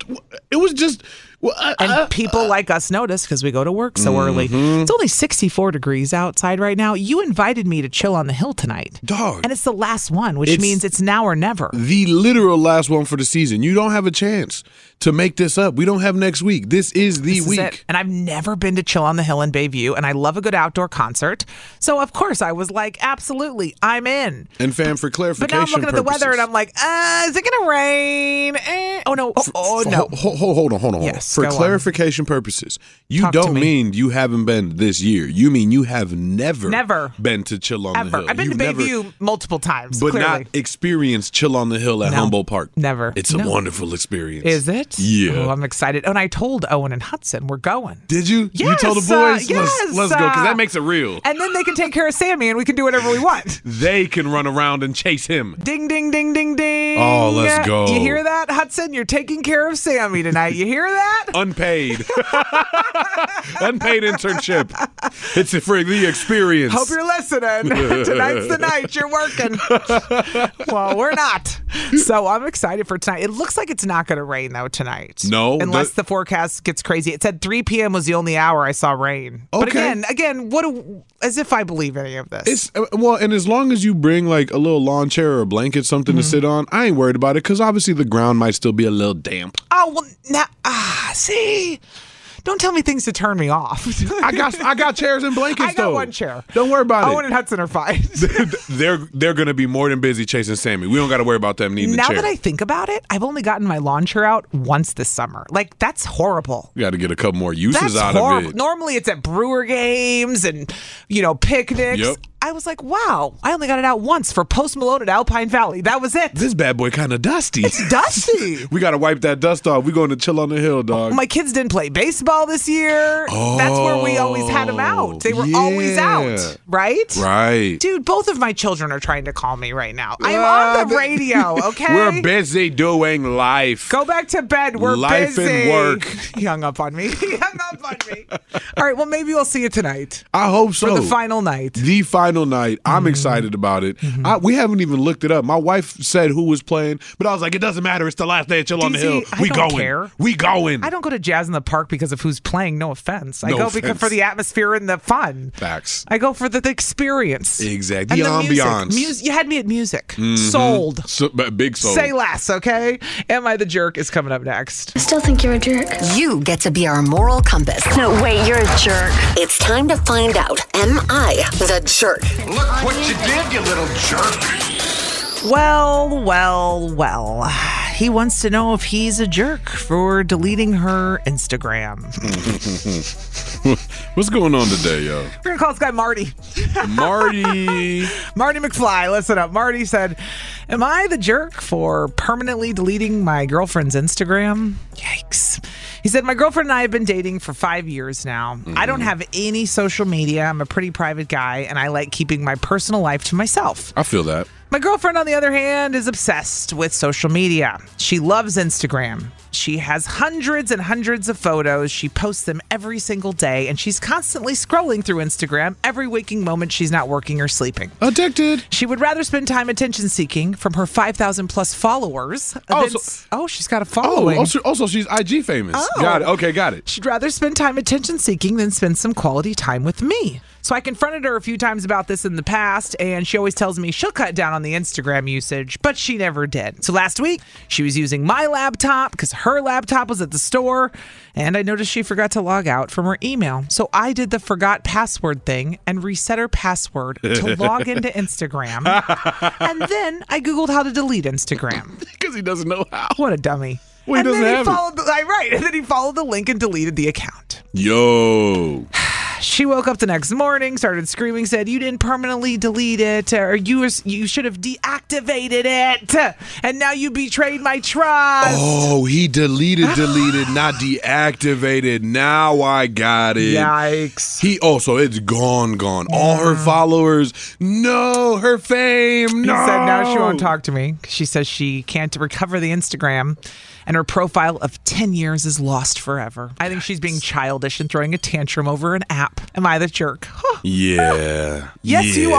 It was just. Well, I-
And
I-
people like us notice because we go to work so early.
Mm-hmm.
It's only 64 degrees outside right now. You invited me to chill on the hill tonight.
Dog.
And it's the last one, which
It's-
means it's now or never.
the literal last one for the season. You don't have a chance to make this up. We don't have next week. This is the
This is
week.
it. And I've never been to Chill on the Hill in Bayview, and I love a good outdoor concert. So, of course, I was like, absolutely, I'm in.
And fam, for
But
clarification,
now I'm looking at the weather and I'm like, uh, is it going to rain? Eh. Oh, no. Oh, oh, no.
Hold, hold on, hold on. hold on.
Yes,
For
go on.
clarification purposes, you
Talk to
don't
me.
mean you haven't been this year. You mean you have never,
Never.
been to Chill on the
Ever.
Hill.
I've been
You've
to
never-
Bayview multiple times.
but
clearly.
not experienced Chill on the Hill at
No.
Humboldt Park.
Never.
It's a
No.
wonderful experience.
Is it?
Yeah.
Oh, I'm excited. Oh, and I told Owen and Hudson we're going.
Did you? you
Yes,
told the boys?
uh,
let's,
yes,
let's go, because
uh,
that makes it real.
And then they can take care of Sammy and we can do whatever we want.
They can run around and chase him.
Ding, ding, ding, ding, ding.
Oh, let's go.
You hear that, Hudson? You're taking care of Sammy tonight. You hear that?
Unpaid. Unpaid internship. It's for the experience.
Hope you're listening. Tonight's the night you're working. well, we're not. So I'm excited for tonight. It looks like it's not going to rain, though, tonight.
No,
Unless
that-
the forecast gets crazy. It said 3 p.m. was the only hour I saw rain. But
Okay.
again, again, what do, as if I believe any of this.
It's uh, well, and as long as you bring like a little lawn chair or a blanket, something
Mm-hmm.
to sit on, I ain't worried about it because obviously the ground might still be a little damp.
Oh well, now ah, see, don't tell me things to turn me off.
I got I got chairs and blankets
I got
though.
one chair.
Don't worry about it.
Owen and Hudson are fine.
they're they're gonna be more than busy chasing Sammy. We don't got to worry about them needing
now
a chair.
that I think about it, I've only gotten my lawn chair out once this summer. Like that's horrible.
we got to get a couple more uses
That's
out
horrible.
of it.
Normally it's at brewer games and you know picnics.
Yep.
I was like, wow, I only got it out once for Post Malone at Alpine Valley. That was it.
This bad boy kind of dusty.
It's dusty.
we got to wipe that dust off. We going to chill on the hill, dog.
My kids didn't play baseball this year. That's where we always had them out. They were always
Oh, yeah.
out, right?
right.
Dude, both of my children are trying to call me right now. I'm
Ah,
on the
th-
radio, oh, okay?
We're busy doing life.
Go back to bed. We're
Life and
busy.
work.
He hung up on me. He hung up on me. All right, well, maybe we'll see you tonight
I hope so.
for the final Mm-hmm. night.
the final night. I'm excited about it. I, we haven't even looked it up. My wife said who was playing, but I was like, it doesn't matter. It's the last day of Chill on the
DZ,
Hill.
I
we
don't
going.
care.
We going.
I don't go to Jazz in the Park because of who's playing, no offense. I
No
go because
offense.
for the atmosphere and the fun.
Facts.
I go for the, the experience.
Exactly. The
And music.
ambiance. Mm-hmm.
Mus- you had me at music. Sold.
So, but big soul.
Say less, okay? Am I the jerk is coming up next.
Still think you're a jerk?
You get to be our moral compass.
No, wait, you're a jerk.
It's time to find out Am I the jerk?
Look what you did, you little jerk.
Well, well, well. He wants to know if he's a jerk for deleting her Instagram.
What's going on today, yo?
We're gonna call this guy Marty.
Marty.
Marty McFly, listen up. Marty said, Am I the jerk for permanently deleting my girlfriend's Instagram? Yikes. He said, My girlfriend and I have been dating for five years now. I don't have any social media. I'm a pretty private guy, and I like keeping my personal life to myself.
I feel that.
My girlfriend, on the other hand, is obsessed with social media. She loves Instagram. She has hundreds and hundreds of photos. She posts them every single day, and she's constantly scrolling through Instagram every waking moment she's not working or sleeping.
Addicted.
She would rather spend time attention seeking from her 5,000 plus followers.
Oh,
than
so-
s- oh, she's got a
Oh,
following.
also, also she's IG famous.
Oh.
Got it. Okay, got it.
She'd rather spend time attention seeking than spend some quality time with me. So I confronted her a few times about this in the past, and she always tells me she'll cut down on the Instagram usage, but she never did. So last week, she was using my laptop because her laptop was at the store, and I noticed she forgot to log out from her email. So I did the forgot password thing and reset her password to log into Instagram. And then I Googled how to delete Instagram.
Because he doesn't know how.
What a dummy.
Well, he
and
doesn't
then
have it.
he followed the, right, and then he followed the link and deleted the account.
Yo.
She woke up the next morning, started screaming, said, "You didn't permanently delete it, or you was- you should have deactivated it, and now you betrayed my trust."
Oh, he deleted, deleted, not deactivated. Now I got it.
Yikes!
He oh, so it's gone, gone. All her followers. No, her fame.
He
No.
said now she won't talk to me. She says she can't recover the Instagram, and her profile of ten years is lost forever. I think she's being childish and throwing a tantrum over an app. Am I the jerk? Huh.
Yeah.
Yes, you
Yeah.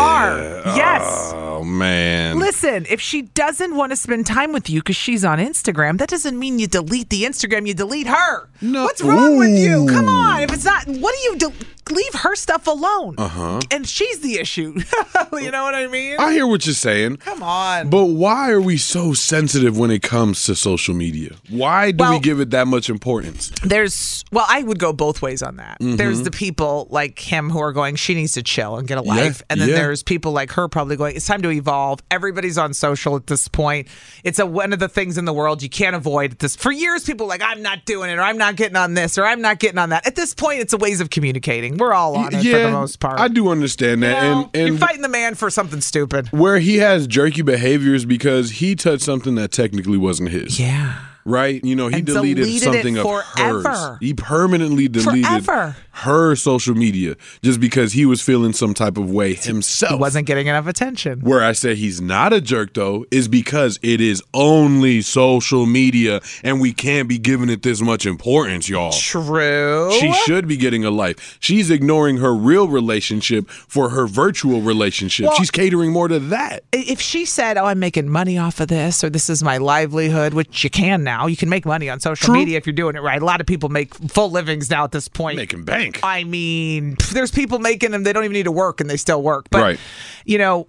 are. Yes.
Oh man.
Listen, if she doesn't want to spend time with you because she's on Instagram, that doesn't mean you delete the Instagram. You delete her.
No.
What's wrong with you?
Ooh.
Come on. If it's not, what do you do? Leave her stuff alone. Uh
Uh-huh.
huh. And she's the issue. you know what I mean?
I hear what you're saying.
Come on.
But why are we so sensitive when it comes to social media? Why do we
Well-
give it that much importance?
There's, well, I would go both ways on that.
Mm-hmm.
There's the people like him who are going, she needs to chill and get a life. and then
yeah.
there's people like her probably going, it's time to evolve. Everybody's on social at this point. It's a one of the things in the world you can't avoid at this. For years, people were like, I'm not doing it, or I'm not getting on this, or I'm not getting on that. At this point, it's a ways of communicating. We're all on it for the most part.
I do understand that.
You know,
and
You're
and
fighting the man for something stupid.
where he has jerky behaviors because he touched something that technically wasn't his.
Yeah.
Right? You know, he
And
deleted,
deleted it
something of hers.
forever.
He permanently deleted
Forever.
her social media just because he was feeling some type of way
He
himself.
wasn't getting enough attention.
Where I say he's not a jerk though is because it is only social media and we can't be giving it this much importance, y'all.
True.
She should be getting a life. She's ignoring her real relationship for her virtual relationship.
Well-
She's catering more to that.
if she said, "Oh, I'm making money off of this," or "This is my livelihood," which you can now, you can make money on social
True.
media if you're doing it right. A lot of people make full livings now at this point.
Making bank.
I mean, pff, there's people making them; they don't even need to work, and they still work. But
Right.
you know,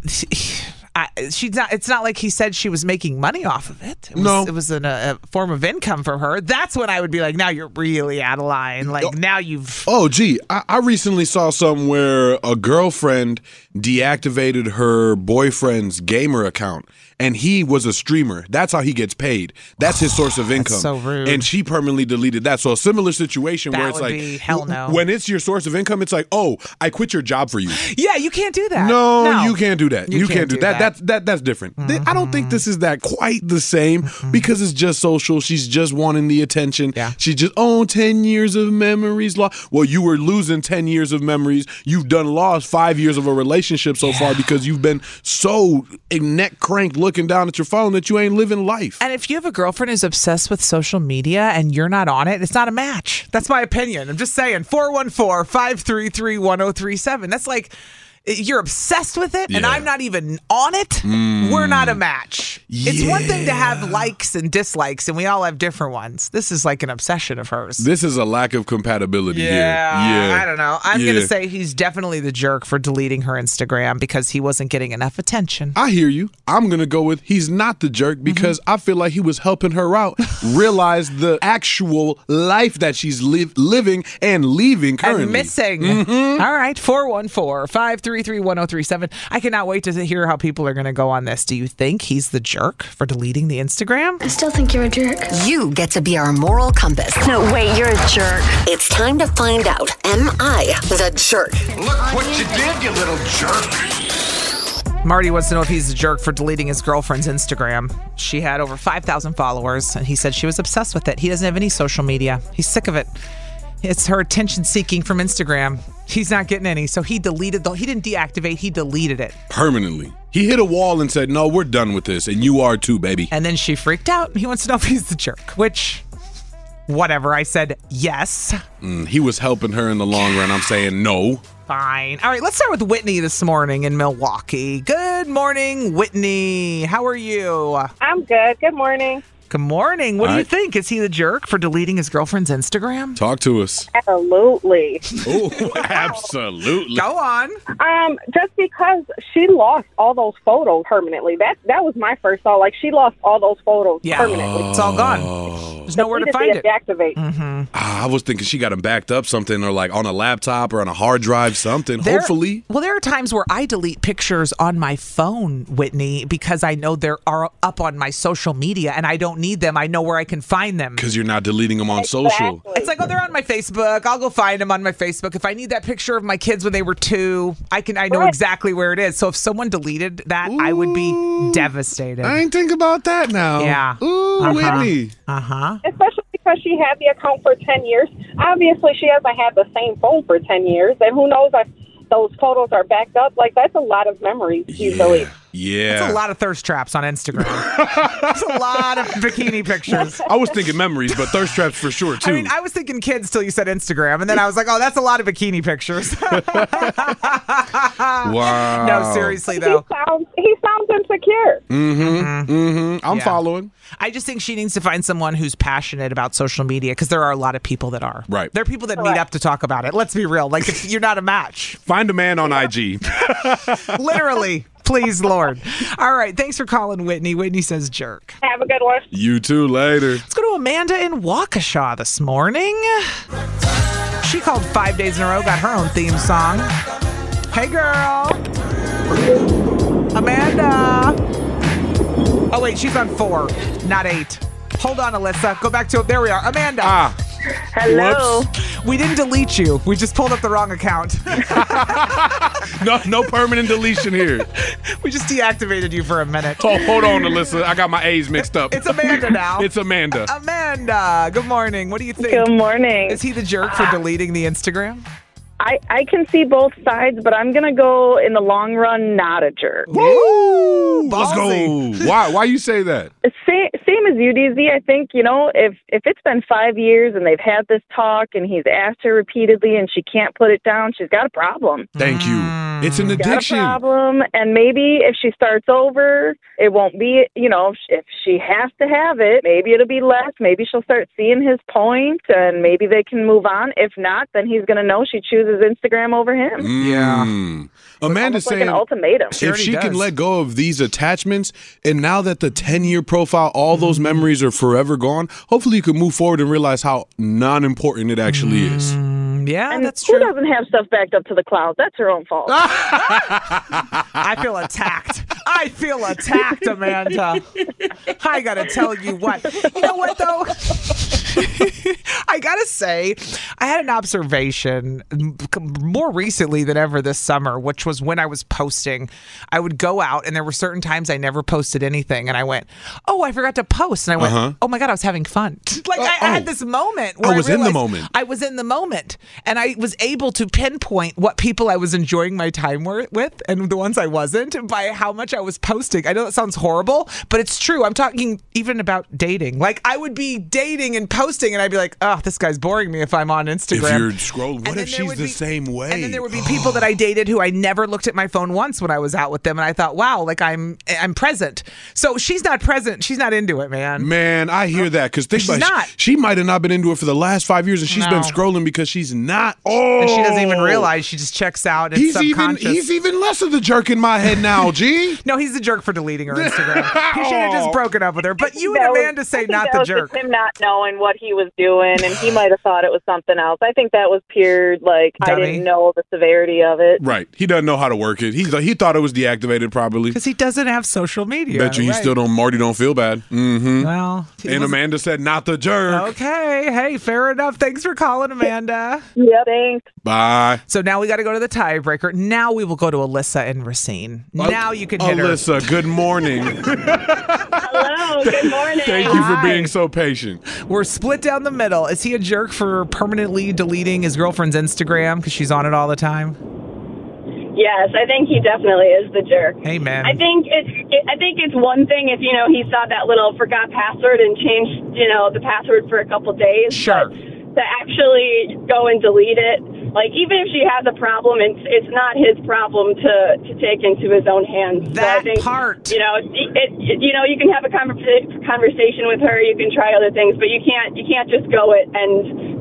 pff, I, she's not. It's not like he said she was making money off of it. it was,
No.
it was an, a, a form of income for her. That's when I would be like, "Now you're really out of line. Like now you've."
Oh, gee, I, I recently saw something where a girlfriend deactivated her boyfriend's gamer account, and he was a streamer. That's how he gets paid. That's his source of income.
so rude.
And she permanently deleted that. So a similar situation
That
where it's
would
like,
be- hell no.
w- when it's your source of income, it's like, oh, I quit your job for you.
Yeah, you can't do that.
No, you can't do that. You, can't, do that.
That's
That's that that's different. Th- I don't
Mm-hmm.
think this is that quite the same because it's just social. She's just wanting the attention.
Yeah.
She just oh, 10 years of memories lost. Well, you were losing 10 years of memories. You've done lost 5 years of a relationship so far because you've been so neck cranked looking down at your phone that you ain't living life.
And if you have a girlfriend who's obsessed with social media and you're not on it, it's not a match. That's my opinion. I'm just saying 414 533 1037. That's like, you're obsessed with it and
Yeah.
I'm not even on it. We're not a match. It's one thing to have likes and dislikes, and we all have different ones. This is like an obsession of hers.
this is a lack of compatibility
yeah,
here. Yeah.
I don't know. I'm
Yeah.
gonna say he's definitely the jerk for deleting her Instagram because he wasn't getting enough attention.
I hear you. I'm gonna go with he's not the
Mm-hmm.
jerk because I feel like he was helping her out realize the actual life that she's live living and leaving currently.
and missing. All right, 414-533-1037. I cannot wait to hear how people are going to go on this. Do you think he's the jerk for deleting the Instagram?
I still think you're a jerk.
You get to be our moral compass.
No, wait, you're a jerk.
It's time to find out Am I the jerk?
Look what you did, you little jerk.
Marty wants to know if he's the jerk for deleting his girlfriend's Instagram. She had over 5,000 followers and he said she was obsessed with it. He doesn't have any social media. He's sick of it. It's her attention seeking from Instagram. He's not getting any, so he deleted the. He didn't deactivate. He deleted it,
Permanently. He hit a wall and said, No, we're done with this. And you are too, baby.
and then she freaked out. He wants to know if he's the jerk, which, whatever. I said yes.
And he was helping her in the long run. I'm saying no.
Fine. All right, let's start with Whitney this morning in Milwaukee. Good morning, Whitney. How are you?
I'm good. Good morning.
Good morning. What do
All
you
right.
think? Is he the jerk for deleting his girlfriend's Instagram?
Talk to us.
Absolutely.
Oh, absolutely.
Go on.
Um, just because she lost all those photos permanently. That that was my first thought. Like she lost all those photos
Yeah.
permanently.
It's all gone. There's nowhere to
Needed
find it.
deactivate.
Ah, I was thinking she got him backed up something or like on a laptop or on a hard drive, something.
There-
Hopefully.
Well, there are times where I delete pictures on my phone, Whitney, because I know they're are up on my social media and I don't need them. I know where I can find them.
Because you're not deleting them on social.
Exactly.
It's like, oh, they're on my Facebook. I'll go find them on my Facebook. If I need that picture of my kids when they were two, I can. I know
Right.
exactly where it is. So if someone deleted that, I would be
Ooh.
devastated.
I ain't think about that now.
Yeah.
Ooh,
Uh-huh.
Whitney.
Uh huh.
Especially because she had the account for ten years. Obviously, she hasn't had the same phone for ten years, and who knows if those photos are backed up. Like that's a lot of memories you delete.
Yeah. Yeah.
It's a lot of thirst traps on Instagram. It's a lot of bikini pictures.
I was thinking memories, but thirst traps for sure too.
I mean, I was thinking kids till you said Instagram, and then I was like, oh, that's a lot of bikini pictures.
wow.
no, seriously
He
though.
sounds he sounds insecure.
Mm, I'm
Yeah.
following.
I just think she needs to find someone who's passionate about social media because there are a lot of people that are.
Right.
There are people that meet up to talk about it. Let's be real. Like, if you're not a match,
Find a man on IG.
literally. Please, Lord. All right. Thanks for calling, Whitney. Whitney says jerk.
Have a good one.
you too later.
Let's go to Amanda in Waukesha this morning. She called five days in a row, got her own theme song. Hey, girl. Amanda. Oh, wait, she's on four, not eight. Hold on, Alyssa. Go back to There we are. Amanda.
Ah. Hello.
We didn't delete you. We just pulled up the wrong account.
No, no permanent deletion here.
we just deactivated you for a minute.
Oh, hold on, Alyssa. I got my A's mixed up.
It's Amanda now.
It's Amanda.
Amanda, good morning. What do you think?
Good morning.
Is he the jerk for deleting the Instagram?
I, I can see both sides, but I'm going to go in the long run, not a jerk.
Woo! Let's go.
Ballsy.
Why? Why you say that?
Same, same as you, DZ. I think, you know, if, if it's been five years and they've had this talk and he's asked her repeatedly and she can't put it down, she's got a problem.
Thank you.
Mm.
It's an
Got
addiction.
a problem. And maybe if she starts over, it won't be, you know, if she has to have it, maybe it'll be less. Maybe she'll start seeing his point and maybe they can move on. If not, then he's going to know she chooses Instagram over him.
Mm. Amanda's
Almost like
saying
an ultimatum.
if
already
she can
does.
let go of these attachments, and now that the 10 year profile, all those memories are forever gone, hopefully you can move forward and realize how non important it actually is.
Yeah,
And
that's
who
true.
doesn't have stuff backed up to the cloud? That's her own fault.
Ah, I feel attacked. I feel attacked, Amanda. I gotta tell you what. You know what though? I gotta say, I had an observation m- more recently than ever this summer, which was when I was posting. I would go out, and there were certain times I never posted anything, and I went, "Oh, I forgot to post," and I went, "Oh my god, I was having fun." like I, I had
Uh-huh. oh.
this moment where
I was in the
realized
moment.
I was in the moment, and I was able to pinpoint what people I was enjoying my time were, with, and the ones I wasn't by how much I was posting. I know that sounds horrible, but it's true. I'm talking even about dating. Like I would be dating and posting, and I'd be like, "Oh, this guy's boring me if I'm on
If
Instagram."
you're scrolling,
And
what
then
if
there
she's
would
the
be-
same way?
And then there would be people that I dated who I never looked at my phone once when I was out with them, and I thought, "Wow, like I'm I'm present." So she's not present. She's not into it, man.
Man, I hear that because think
She's
about it,
not.
She might have not been into it for the last five years, and she's
No.
been scrolling because she's not. Oh,
And she doesn't even realize. She just checks out. And
He's even
subconscious.
he's even less of the jerk in my head now. G.
No, he's the jerk for deleting her Instagram. he should have just
Oh.
broken up with her. But you and
That was-
Amanda
I
say
think
not
that
the
was
jerk.
just him not knowing what he was doing, and he might have thought it was something else. I think that was pure, like
Dummy.
I didn't know the severity of it.
right. He doesn't know how to work it. He he thought it was deactivated probably.
Because he doesn't have social media.
Bet you he
right?
still don't. Marty don't feel bad. Mm-hmm.
Well, he
And
was-
Amanda said, "Not the jerk."
Okay. Hey, fair enough. Thanks for calling, Amanda.
Yeah, thanks.
Bye.
so now we got to go to the tiebreaker. Now we will go to
Uh,
Alyssa and Racine. Now you can hit her.
Alyssa, good morning.
Hello, good morning.
Thank you for being so patient.
We're split down the middle. Is he a jerk for permanently deleting his girlfriend's Instagram because she's on it all the time?
Yes, I think he definitely is the jerk.
Hey, man.
I think it's it, I think it's one thing if you know he saw that little forgot password and changed you know the password for a couple days.
Sure.
But to actually go and delete it, like even if she has a problem, it's it's not his problem to to take into his own hands.
That
so I think,
part.
You know, it, it, you know you can have a conversa- conversation with her, you can try other things, but you can't you can't just go it and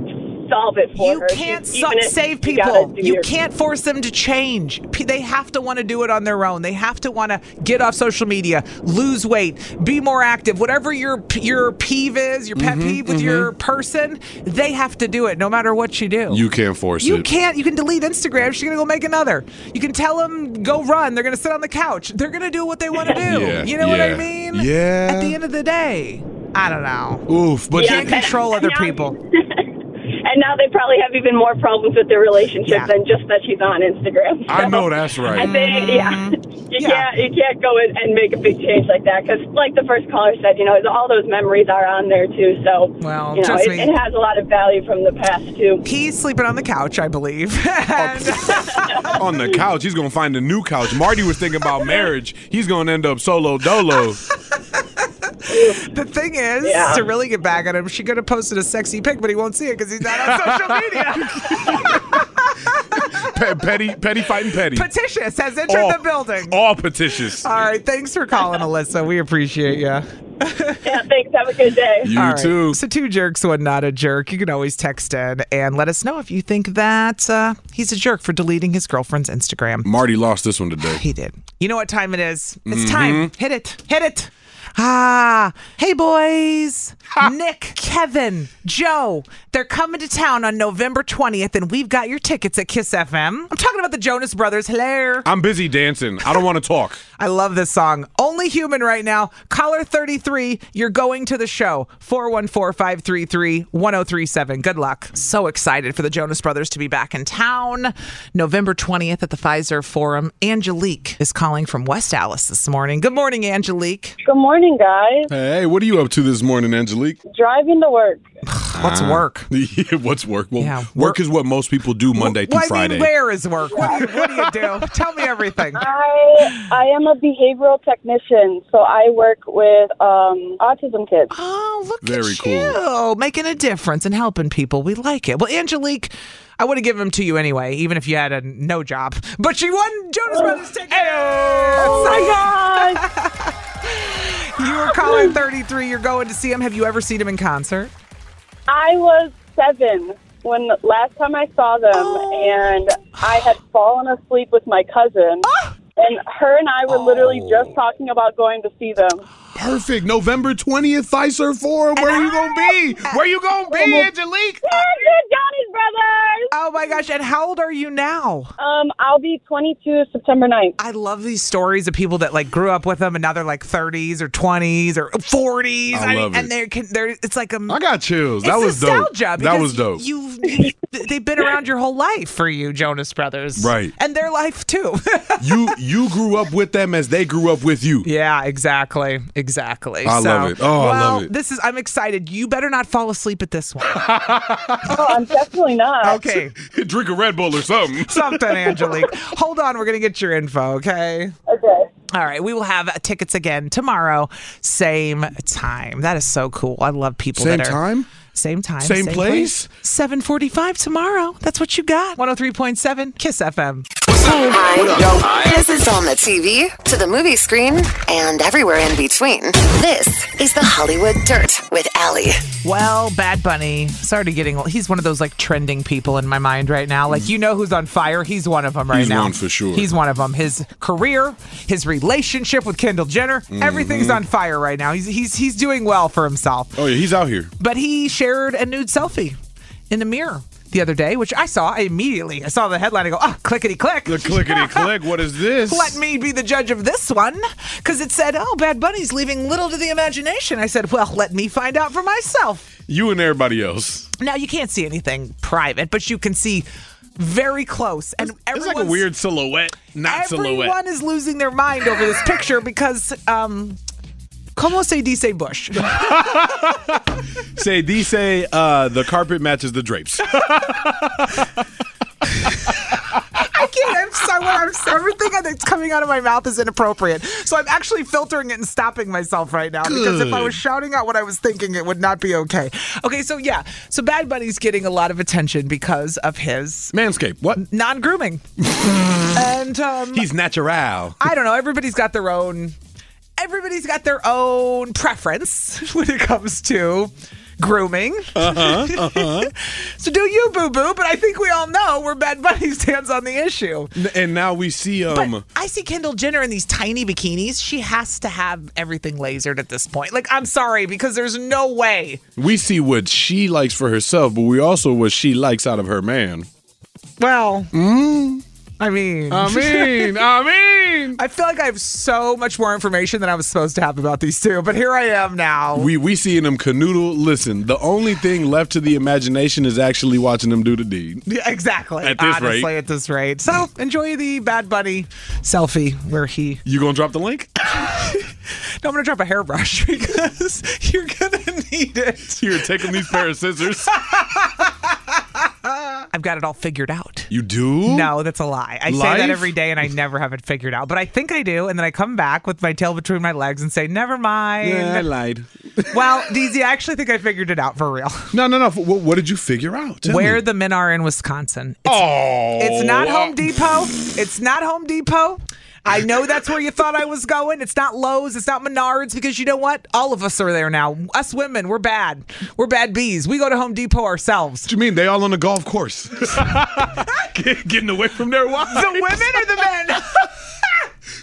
solve it for
you
her.
can't
She-
so-
even if
save
you gotta
people.
do
You
your-
can't force them to change. P- They have to want to do it on their own. They have to want to get off social media, lose weight, be more active. Whatever your p- your peeve is, your pet
Mm-hmm,
peeve with your person, they have to do it no matter what you do.
You can't force
You
it.
can't. You can delete Instagram. She's gonna go make another. You can tell them go run. They're gonna sit on the couch. They're gonna do what they want to do.
Yeah,
you know what I
yeah,
mean?
yeah.
At the end of the day, I don't know.
Oof, but
You can't
and-
control
and
other
now-
people.
and now they probably have even more problems with their relationship
Yeah.
than just that she's on Instagram.
I
So,
know that's
I
right.
think yeah, you
Mm-hmm. Yeah.
can't you can't go in and make a big change like that because, like the first caller said, you know, all those memories are on there too. So
Well,
you know,
trust
it,
me.
it has a lot of value from the past too.
He's sleeping on the couch, I believe. And-
On the couch, he's gonna find a new couch. Marty was thinking about marriage. He's gonna end up solo dolo.
The thing is,
Yeah.
to really get back at him, she could have posted a sexy pic, but he won't see it because he's not on social media.
Pe- petty, petty fighting petty.
Petitious has entered
all,
the building.
All petitious.
All right, thanks for calling, Alyssa. We appreciate you.
Yeah, thanks. Have a good day.
You
All right.
too.
So two jerks, one not a jerk. You can always text in and let us know if you think that uh, he's a jerk for deleting his girlfriend's Instagram.
Marty lost this one today.
He did. You know what time it is? It's time. Hit it. Hit it. Ah, hey boys. Nick, Kevin, Joe, they're coming to town on November 20th, and we've got your tickets at Kiss FM. I'm talking about the Jonas Brothers. Hello.
I'm busy dancing. I don't want to talk.
I love this song. Only human right now. Caller 33, you're going to the show. 414 533 1037. Good luck. So excited for the Jonas Brothers to be back in town. November 20th at the Pfizer Forum. Angelique is calling from West Allis this morning. Good morning, Angelique.
Good morning, guys.
Hey, what are you up to this morning, Angelique?
Driving to work.
What's
Ah.
work?
What's work? Well,
Yeah,
work,
work-
is what most people do Monday through
Well, I
Friday.
mean, where is work? What do you, what do, you do? Tell me everything.
I I am a behavioral technician, so I work with um, autism kids.
Oh, look
Very
at
cool.
you making a difference and helping people. We like it. Well, Angelique, I would have given them to you anyway, even if you had a no job. But she won Jonas Brothers tickets.
Oh my gosh!
You were calling 33. You're going to see him. Have you ever seen him in concert?
I was seven when the last time I saw them, and I had fallen asleep with my cousin. And her and I were literally
Oh.
just talking about going to see them.
Perfect. November 20th, Pfizer Forum. Where you going to be? Where you going to be, Angelique?
Yeah, good Johnny's Brothers!
Oh my gosh. And how old are you now?
Um, I'll be 22 September 9th.
I love these stories of people that like grew up with them and now they're like 30s or 20s or 40s.
I love
mean,
it.
And they're, can- they're, it's like a.
I got chills.
It's
that was dope.
nostalgia
That
because
was dope.
You, you they've been around your whole life for you, Jonas Brothers,
Right.
And their life too.
you you grew up with them as they grew up with you.
yeah, exactly, exactly.
I
So-
love it. Oh, I love
well,
it.
This is. I'm excited. You better not fall asleep at this one.
Oh, I'm definitely not.
Okay.
Drink a Red Bull or something.
Something, Angelique. Hold on, we're gonna get your info, okay?
Okay.
All right, we will have uh, tickets again tomorrow, same time. That is so cool. I love people.
Same
that are,
time?
Same time.
Same place?
Seven forty-five tomorrow. That's what you got. One hundred three point seven Kiss FM.
Hi. This is on the TV, to the movie screen, and everywhere in between. This is the Hollywood Dirt with Allie.
Well, Bad Bunny, sorry getting old. He's one of those like trending people in my mind right now. Like you know who's on fire. He's one of them right
Mm. He's
now.
one for sure.
He's one of them. His career, his relationship with Kendall Jenner,
Mm-hmm.
everything's on fire right now. He's he's he's doing well for himself.
Oh, yeah, he's out here.
But he shared a nude selfie in the mirror the other day, which I saw. I immediately I saw the headline. I go, oh, clickety click.
The clickety click. What is this?
Let me be the judge of this one because it said, oh, Bad Bunny's leaving little to the imagination. I said, well, let me find out for myself.
You and everybody else.
Now you can't see anything private, but you can see very close, and
It's
everyone's
like a weird silhouette, not
Everyone
silhouette.
is losing their mind over this picture because um, ¿Cómo se dice Bush?
say these say uh, the carpet matches the drapes.
I can't. I'm so, I'm so- everything that's coming out of my mouth is inappropriate. So I'm actually filtering it and stopping myself right now because if I was
Good.
shouting out what I was thinking, it would not be okay. Okay, so yeah. So Bad Bunny's getting a lot of attention because of his
Manscaped. What?
Non grooming. and um,
He's natural.
I don't know. Everybody's got their own. Everybody's got their own preference when it comes to grooming.
Uh-huh, uh-huh.
so do you, boo boo? But I think we all know where Bad Bunny stands on the issue.
N- And now we see um
But I see Kendall Jenner in these tiny bikinis. She has to have everything lasered at this point. Like, I'm sorry, because there's no way.
we see what she likes for herself, but we also what she likes out of her man.
Well,
Mm.
I mean,
I mean, I mean,
I feel like I have so much more information than I was supposed to have about these two, but here I am now.
We we seeing them canoodle. Listen, the only thing left to the imagination is actually watching them do the deed.
Yeah, exactly.
At this
Honestly,
rate.
at this rate. So enjoy the Bad Bunny selfie where he.
You gonna drop the link?
No, I'm gonna drop a hairbrush because you're gonna need it.
Here, taking these pair of scissors.
I've got it all figured out.
You do?
No, that's a lie. I say
Life?
that every day and I never have it figured out. But I think I do, and then I come back with my tail between my legs and say, never mind.
Yeah, I lied.
Well, DZ, I actually think I figured it out for real.
No, no, no. What, what did you figure out? Tell
Where
me.
the men are in Wisconsin. It's
Oh,
It's not
uh,
Home Depot. It's not Home Depot. I know that's where you thought I was going. It's not Lowe's. It's not Menards because you know what? All of us are there now. Us women, we're bad. We're bad bees. We go to Home Depot ourselves.
What you mean? They all on the golf course. Get- Getting away from their wives.
The women or the men?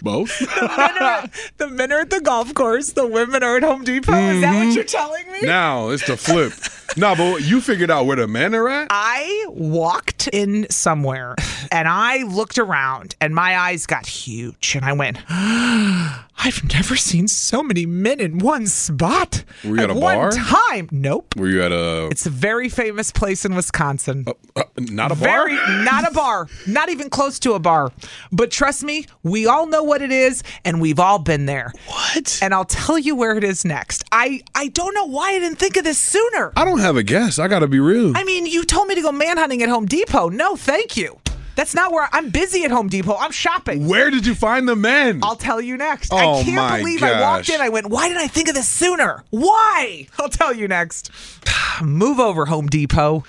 Both.
Men are- the men are at the golf course. The women are at Home Depot. Is that what you're telling me?
now it's the flip. nah, but you figured out where the men are at?
I walked in somewhere and I looked around and my eyes got huge and I went, I've never seen so many men in one spot.
Were you at a
one
bar?
time. Nope.
Were you at a
It's a very famous place in Wisconsin.
uh, not a bar?
Very, not a bar, not even close to a bar. But trust me, we all know what it is and we've all been there.
What?
And I'll tell you where it is next. I, I don't know why I didn't think of this sooner.
I don't have a guess. I gotta be real.
I mean, you told me to go manhunting at Home Depot. No, thank you. That's not where I'm busy at Home Depot. I'm shopping.
Where did you find the men?
I'll tell you next.
Oh,
I can't
my
believe I walked
gosh.
in. I went, why didn't I think of this sooner? Why? I'll tell you next. Move over, Home Depot.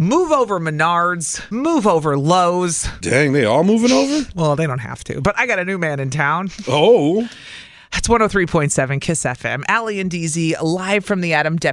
Move over, Menards. Move over, Lowe's.
Dang, they all moving over?
Well, they don't have to, but I got a new man in town.
Oh.
That's 103.7 Kiss FM. Allie and DZ live from the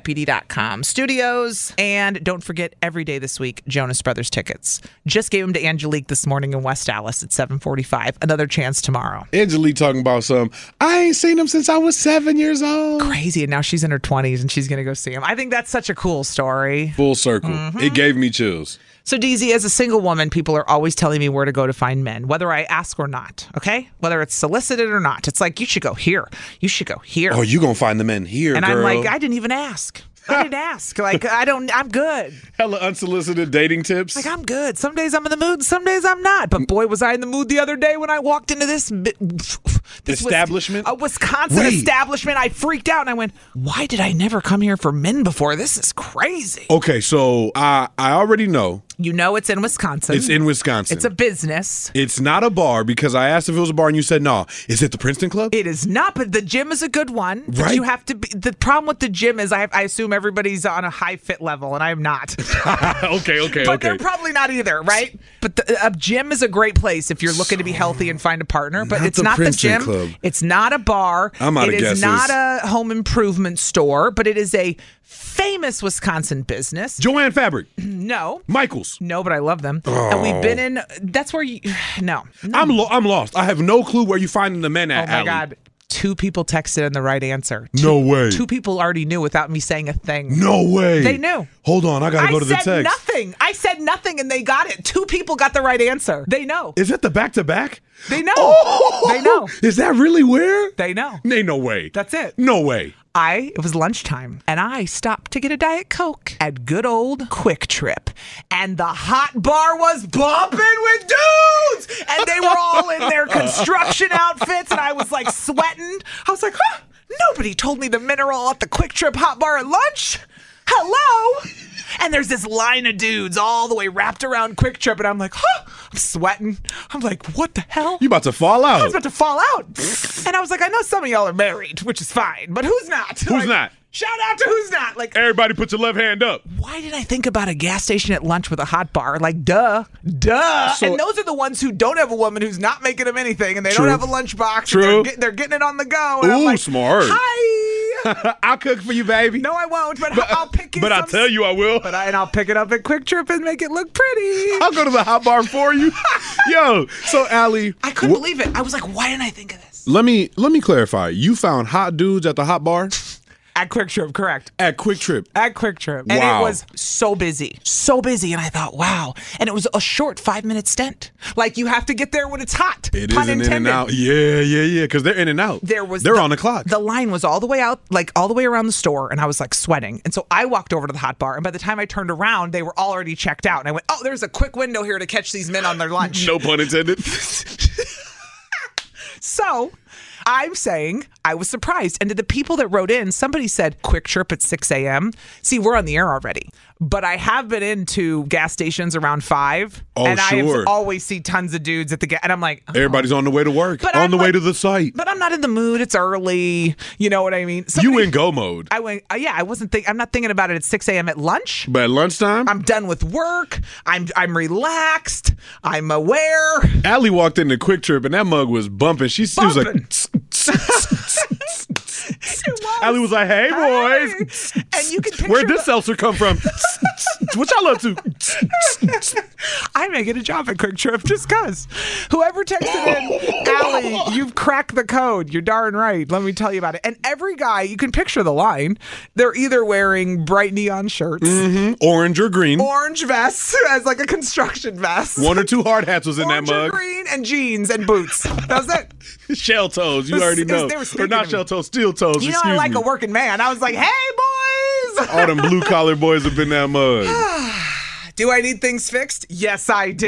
AdamDeputy.com studios. And don't forget, every day this week, Jonas Brothers tickets. Just gave them to Angelique this morning in West Dallas at 745. Another chance tomorrow.
Angelique talking about some. I ain't seen him since I was seven years old.
Crazy. And now she's in her 20s and she's going to go see him. I think that's such a cool story.
Full circle.
Mm-hmm.
It gave me chills.
So, DZ, as a single woman, people are always telling me where to go to find men, whether I ask or not. Okay? Whether it's solicited or not. It's like, you should go here. You should go here.
Oh, you gonna find the men here,
and I'm
girl.
like, I didn't even ask. I didn't ask. Like, I don't, I'm good.
Hella unsolicited dating tips.
Like I'm good. Some days I'm in the mood, some days I'm not. But boy, was I in the mood the other day when I walked into this bi- this Wis-
Establishment?
a Wisconsin
Wait.
establishment. I freaked out and I went, "Why did I never come here for men before? This is crazy."
okay, so I I already know
You know, it's in Wisconsin.
it's in Wisconsin.
It's a business.
It's not a bar because I asked if it was a bar and you said no. Is it the Princeton Club?
It is not, but the gym is a good one. But
Right.
You have to be. The problem with the gym is I have, I assume everybody's on a high fit level, and I am not.
okay, okay,
but they're probably not either, right? But the, a gym is a great place if you're looking to be healthy and find a partner. But
Not
it's
the
not
Princeton
the gym.
Club.
It's not a bar.
I'm out of
It is
guesses.
not a home improvement store, but it is a famous Wisconsin business.
Joanne Fabric,
No.
Michaels.
No, but I love them. And we've been
Oh.
in. That's where you. No. No.
I'm lo- I'm lost. I have no clue where you finding the men
Oh
at.
my
Allie.
God. Two people texted in the right answer. Two,
No way.
Two people already knew without me saying a thing.
No way.
They knew.
Hold on, I gotta
I
go to the text.
said nothing. I said nothing, and they got it. Two people got the right answer. They know.
Is that the back to back?
They know.
Oh!
They know.
Is that really where?
They know.
Ain't no way.
That's it.
No way.
I it was lunchtime and I stopped to get a diet coke at good old Quick Trip and the hot bar was bumping with dudes and they were all in their construction outfits and I was like sweating. I was like, "Huh, Nobody told me the mineral at the Quick Trip Hot Bar at lunch. Hello? And there's this line of dudes all the way wrapped around Quick Trip, and I'm like, huh? I'm sweating. I'm like, what the hell?
You about to fall out?
I was about to fall out. and I was like, I know some of y'all are married, which is fine, but who's not?
Who's
Like,
not?
Shout out to who's not. Like,
Everybody put your left hand up.
why did I think about a gas station at lunch with a hot bar? Like, duh, duh.
So-
and those are the ones who don't have a woman who's not making them anything, and they
True.
don't have a lunchbox.
True.
and They're, get- they're getting it on the go. And I'm
Ooh,
like,
smart.
Hi.
I'll cook for you, baby.
No, I won't. But, I'll pick you.
But I'll
some-
tell you I will.
But I, and I'll pick it up at Quick Trip and make it look pretty.
I'll go to the hot bar for you. Yo, so Allie,
I couldn't
wh-
believe it. I was like, why didn't I think of this?
let me let me clarify. You found hot dudes at the hot bar
At Quick Trip, correct.
at Quick Trip.
At Quick Trip. And
Wow.
it was so busy. So busy. And I thought, wow. And it was a short five minute stint. Like you have to get there when it's hot.
It
Pun
is an in and
intended.
out. Yeah, yeah, yeah. Because they're in and out.
There was
They're on the clock.
The line was all the way out, like all the way around the store, and I was like sweating. And so I walked over to the hot bar, and by the time I turned around, they were already checked out. And I went, "Oh, there's a quick window here to catch these men on their lunch."
no pun intended.
So I'm saying I was surprised. And to the people that wrote in, somebody said quick trip at 6 a.m. See, we're on the air already, but I have been into gas stations around five,
Oh,
and I
sure.
have always see tons of dudes at the gas, and I'm like, oh.
Everybody's on the way to work.
But
on
I'm
the way
like-
to the site.
but I'm not in the mood. It's early. You know what I mean?
you
Somebody-
in go mode.
I went. Uh, yeah, I wasn't. Think- I'm not thinking about it at 6 a.m. at lunch.
but at lunchtime,
I'm done with work. I'm I'm relaxed. I'm aware.
Allie walked into Quick Trip and that mug was bumping. She, she was like,
Bumping.
Allie was like, hey,
Hey.
boys.
and you can picture
Where'd this
the-
seltzer come from? what y'all up to?
I may get a job at Quick Trip just cause. Whoever texted in, Allie, you've cracked the code. You're darn right. Let me tell you about it. And every guy, you can picture the line. They're either wearing bright neon shirts,
Mm-hmm. Orange or green.
orange vests as like a construction vest,
One or two hard hats was in
orange
that
or
mug.
green, and jeans and boots. That was it.
Shell toes, you
It was-
already
it was-
know.
they were speaking
Or not
to me.
shell toes, steel toes.
You know,
excuse
I like
me.
a working man. I was like, hey, boys.
All them blue collar boys have been that mug.
Do I need things fixed? Yes, I do.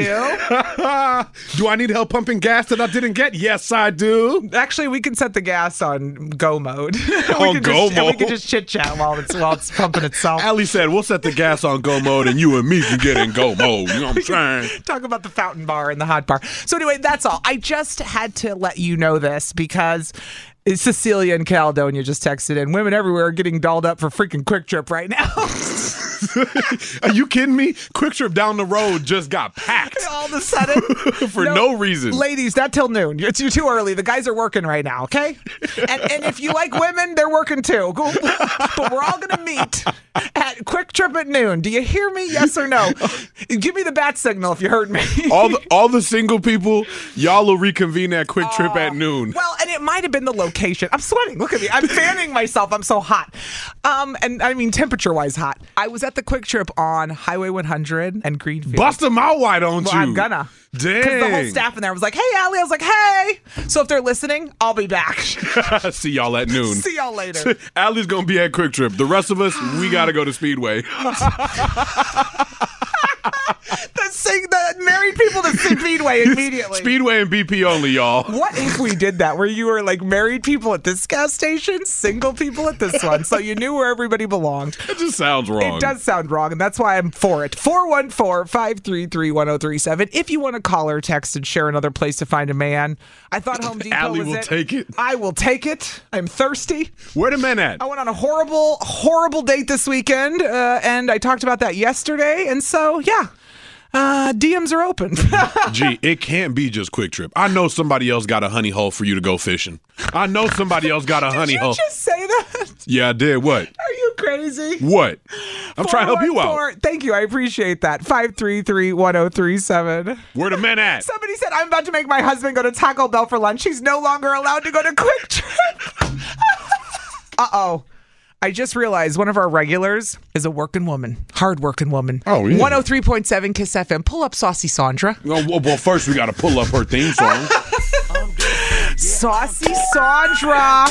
do I need help pumping gas that I didn't get? Yes, I do.
Actually, we can set the gas on go mode. we
On
can
Oh, go
just, and We
mode.
can just chit chat while it's while it's pumping itself.
Allie said, "We'll set the gas on go mode, and you and me can get in go mode." You know what I'm saying?
Talk about the fountain bar and the hot bar. So anyway, that's all. I just had to let you know this because Cecilia and Caledonia just texted in. Women everywhere are getting dolled up for freaking Quick Trip right now.
Are you kidding me? Quick Trip down the road just got packed.
all of a sudden
For no reason.
ladies not till noon it's you're too early the guys are working right now okay and, and if you like women they're working too Go- but we're all gonna meet at quick trip at noon do you hear me yes or no give me the bat signal if you heard me
All the all the single people, y'all will reconvene at Quick Trip
Uh,
at noon.
Well, and it might have been the location. I'm sweating. Look at me. I'm fanning myself. I'm so hot. Um, and I mean temperature wise hot. I was at the Quick Trip on Highway 100 and Greenfield.
Bust them out, why don't
Well,
you?
I'm gonna. Because the whole
Dang.
staff in there was like, hey, Allie. I was like, hey. So if they're listening, I'll be back.
See y'all at noon.
See y'all later.
Allie's gonna be at Quick Trip. The rest of us, we gotta go to Speedway.
the, sing, the married people to Speedway immediately.
Speedway and BP only, y'all.
what if we did that where you were like married people at this gas station, single people at this one, so you knew where everybody belonged?
That just sounds wrong.
It does sound wrong, and that's why I'm for it. 414 533 1037. If you want to call or text and share another place to find a man, I thought Home Depot.
Allie
was
will take it.
I will take it. I'm thirsty.
Where the men at?
I went on a horrible, horrible date this weekend, uh, and I talked about that yesterday. And so, yeah, uh, DMs are open.
Gee, it can't be just Quick Trip. I know somebody else got a honey hole for you to go fishing. I know somebody else got a honey
Did you
hole.
just say that?
Yeah, I did. What?
Are you crazy?
What? I'm trying to help you out.
414 Thank you. I appreciate that. 533 1037.
Where the men at?
Somebody said, I'm about to make my husband go to Taco Bell for lunch. He's no longer allowed to go to Quick Trip. uh oh. I just realized one of our regulars is a working woman, hard working woman.
Oh, yeah.
103.7 Kiss FM.
Oh,
Pull up Saucy Sandra.
Well, well, well, first we got to pull up her theme song.
Saucy Sandra.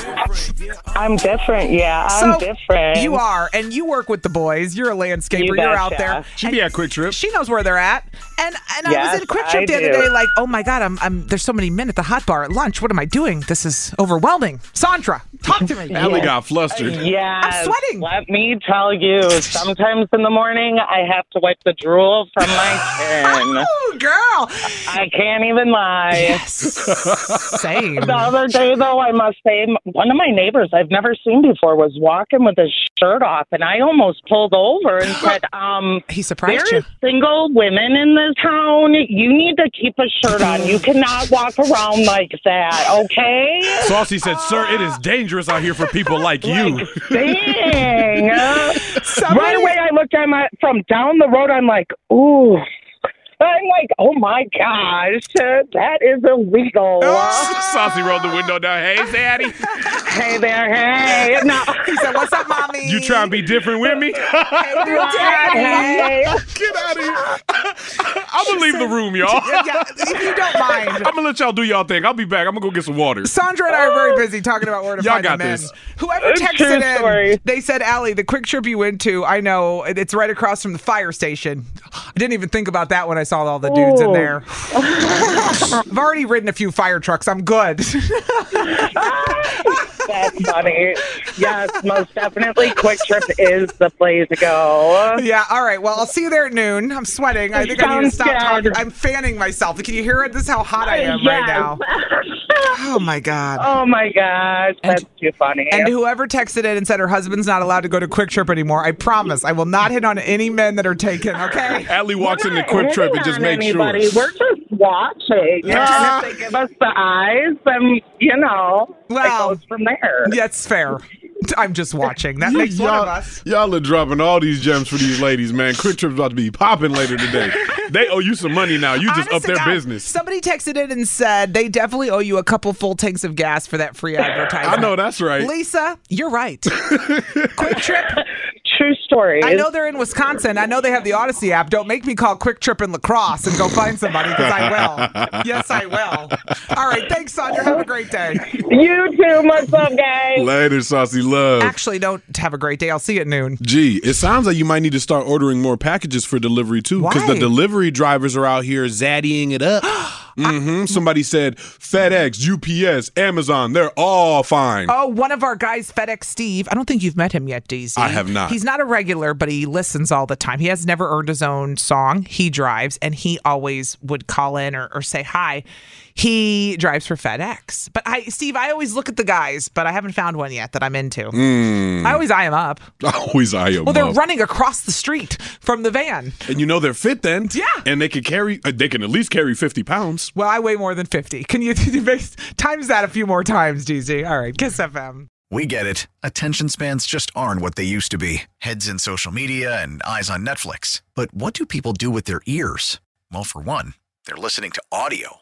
I'm different, yeah. I'm
So,
different.
You are, and you work with the boys. You're a landscaper.
You
You are out
betcha.
there.
She
be at Quick Trip. She knows where they're at. And and I
Yes,
was at Quick Trip
I
the other
do.
day, like, oh my god, I'm I'm there's so many men at the hot bar at lunch. What am I doing? This is overwhelming. Sandra, talk to me.
Allie got flustered.
Yeah.
I'm sweating.
Let me tell you, sometimes in the morning I have to wipe the drool from my chin.
Oh, girl.
I can't even lie.
Same.
The other day, though, I must say, m- one of my neighbors I've never seen before was walking with his shirt off, and I almost pulled over and said, um,
He surprised
there
you.
are single women in this town. You need to keep a shirt on. You cannot walk around like that, okay?
Saucy said, "Sir, it
Ah.
is dangerous out here for people like you."
Dang. uh,
Somebody-
Right away, I looked at my from down the road. I'm like, ooh. I'm like, oh my gosh, uh, that is illegal.
Saucy rolled the window down.
Ah.
Hey, Daddy,
hey there, hey. No.
He said, What's up, mommy?
you trying to be different with me?
Hey, little daddy.
Hey.
Get out of here! I'm gonna leave the room, y'all.
Yeah, yeah, if you don't mind.
I'm gonna let y'all do y'all thing. I'll be back. I'm gonna go get some water.
Sandra and I are very busy talking about where to
Y'all
find
got
the men.
this.
Whoever
True
texted in,
story.
they said, "Allie, the quick trip you went to, I know it's right across from the fire station." I didn't even think about that when I saw all the dudes in
Ooh.
there. I've already ridden a few fire trucks. I'm good.
That's funny. Yes, most definitely. Quick Trip is the place to go.
yeah. All right. Well, I'll see you there at noon. I'm sweating. I think I need to
Sounds
stop
good.
talking. I'm fanning myself. Can you hear it? This is how hot I am right
Yes.
now. Oh my god.
oh my gosh, that's too funny.
And whoever texted in and said her husband's not allowed to go to Quick Trip anymore, I promise I will not hit on any men that are taken, okay?
Allie walks in the
Not
quick trip
hitting
and just
on
makes
anybody.
sure.
We're just watching.
Yeah.
And if they give us the eyes, then, you know,
Well,
it goes from there.
That's fair. I'm just watching. That makes one of
Y'all,
us.
y'all are dropping all these gems for these ladies, man. Quick Trip's about to be popping later today. they owe you some money now. You just
Honest
up
to
their
God,
business.
Somebody texted in and said they definitely owe you a couple full tanks of gas for that free advertisement.
I know that's right.
Lisa, you're right. Quick Trip.
True story.
I know they're in Wisconsin. I know they have the Odyssey app. Don't make me call Quick Trip in Lacrosse and go find somebody because I will. Yes, I will. All right. Thanks, Sandra. Have a great day.
You too. Much love, guys.
Later, Saucy Love.
Actually, don't have a great day. I'll see you at noon.
Gee, it sounds like you might need to start ordering more packages for delivery too, because the
Why?
delivery drivers are out here zaddying it up. hmm Somebody said FedEx, UPS, Amazon, they're all fine.
Oh, one of our guys, FedEx Steve. I don't think you've met him yet, DZ.
I have not.
He's not a regular, but he listens all the time. He has never earned his own song. He drives, and he always would call in or, or say hi. He drives for FedEx. But I, Steve, I always look at the guys, but I haven't found one yet that I'm into.
Hmm.
I always eye him up.
Mm. Always I am.
Well, they're
up.
running across the street from the van.
and you know they're fit then.
Yeah.
and they can carry. uh, They can at least carry fifty pounds.
Well, I weigh more than 50. Can you, you make- times that a few more times, DZ? All right, Kiss FM.
We get it. Attention spans just aren't what they used to be heads in social media and eyes on Netflix. But what do people do with their ears? Well, for one, they're listening to audio.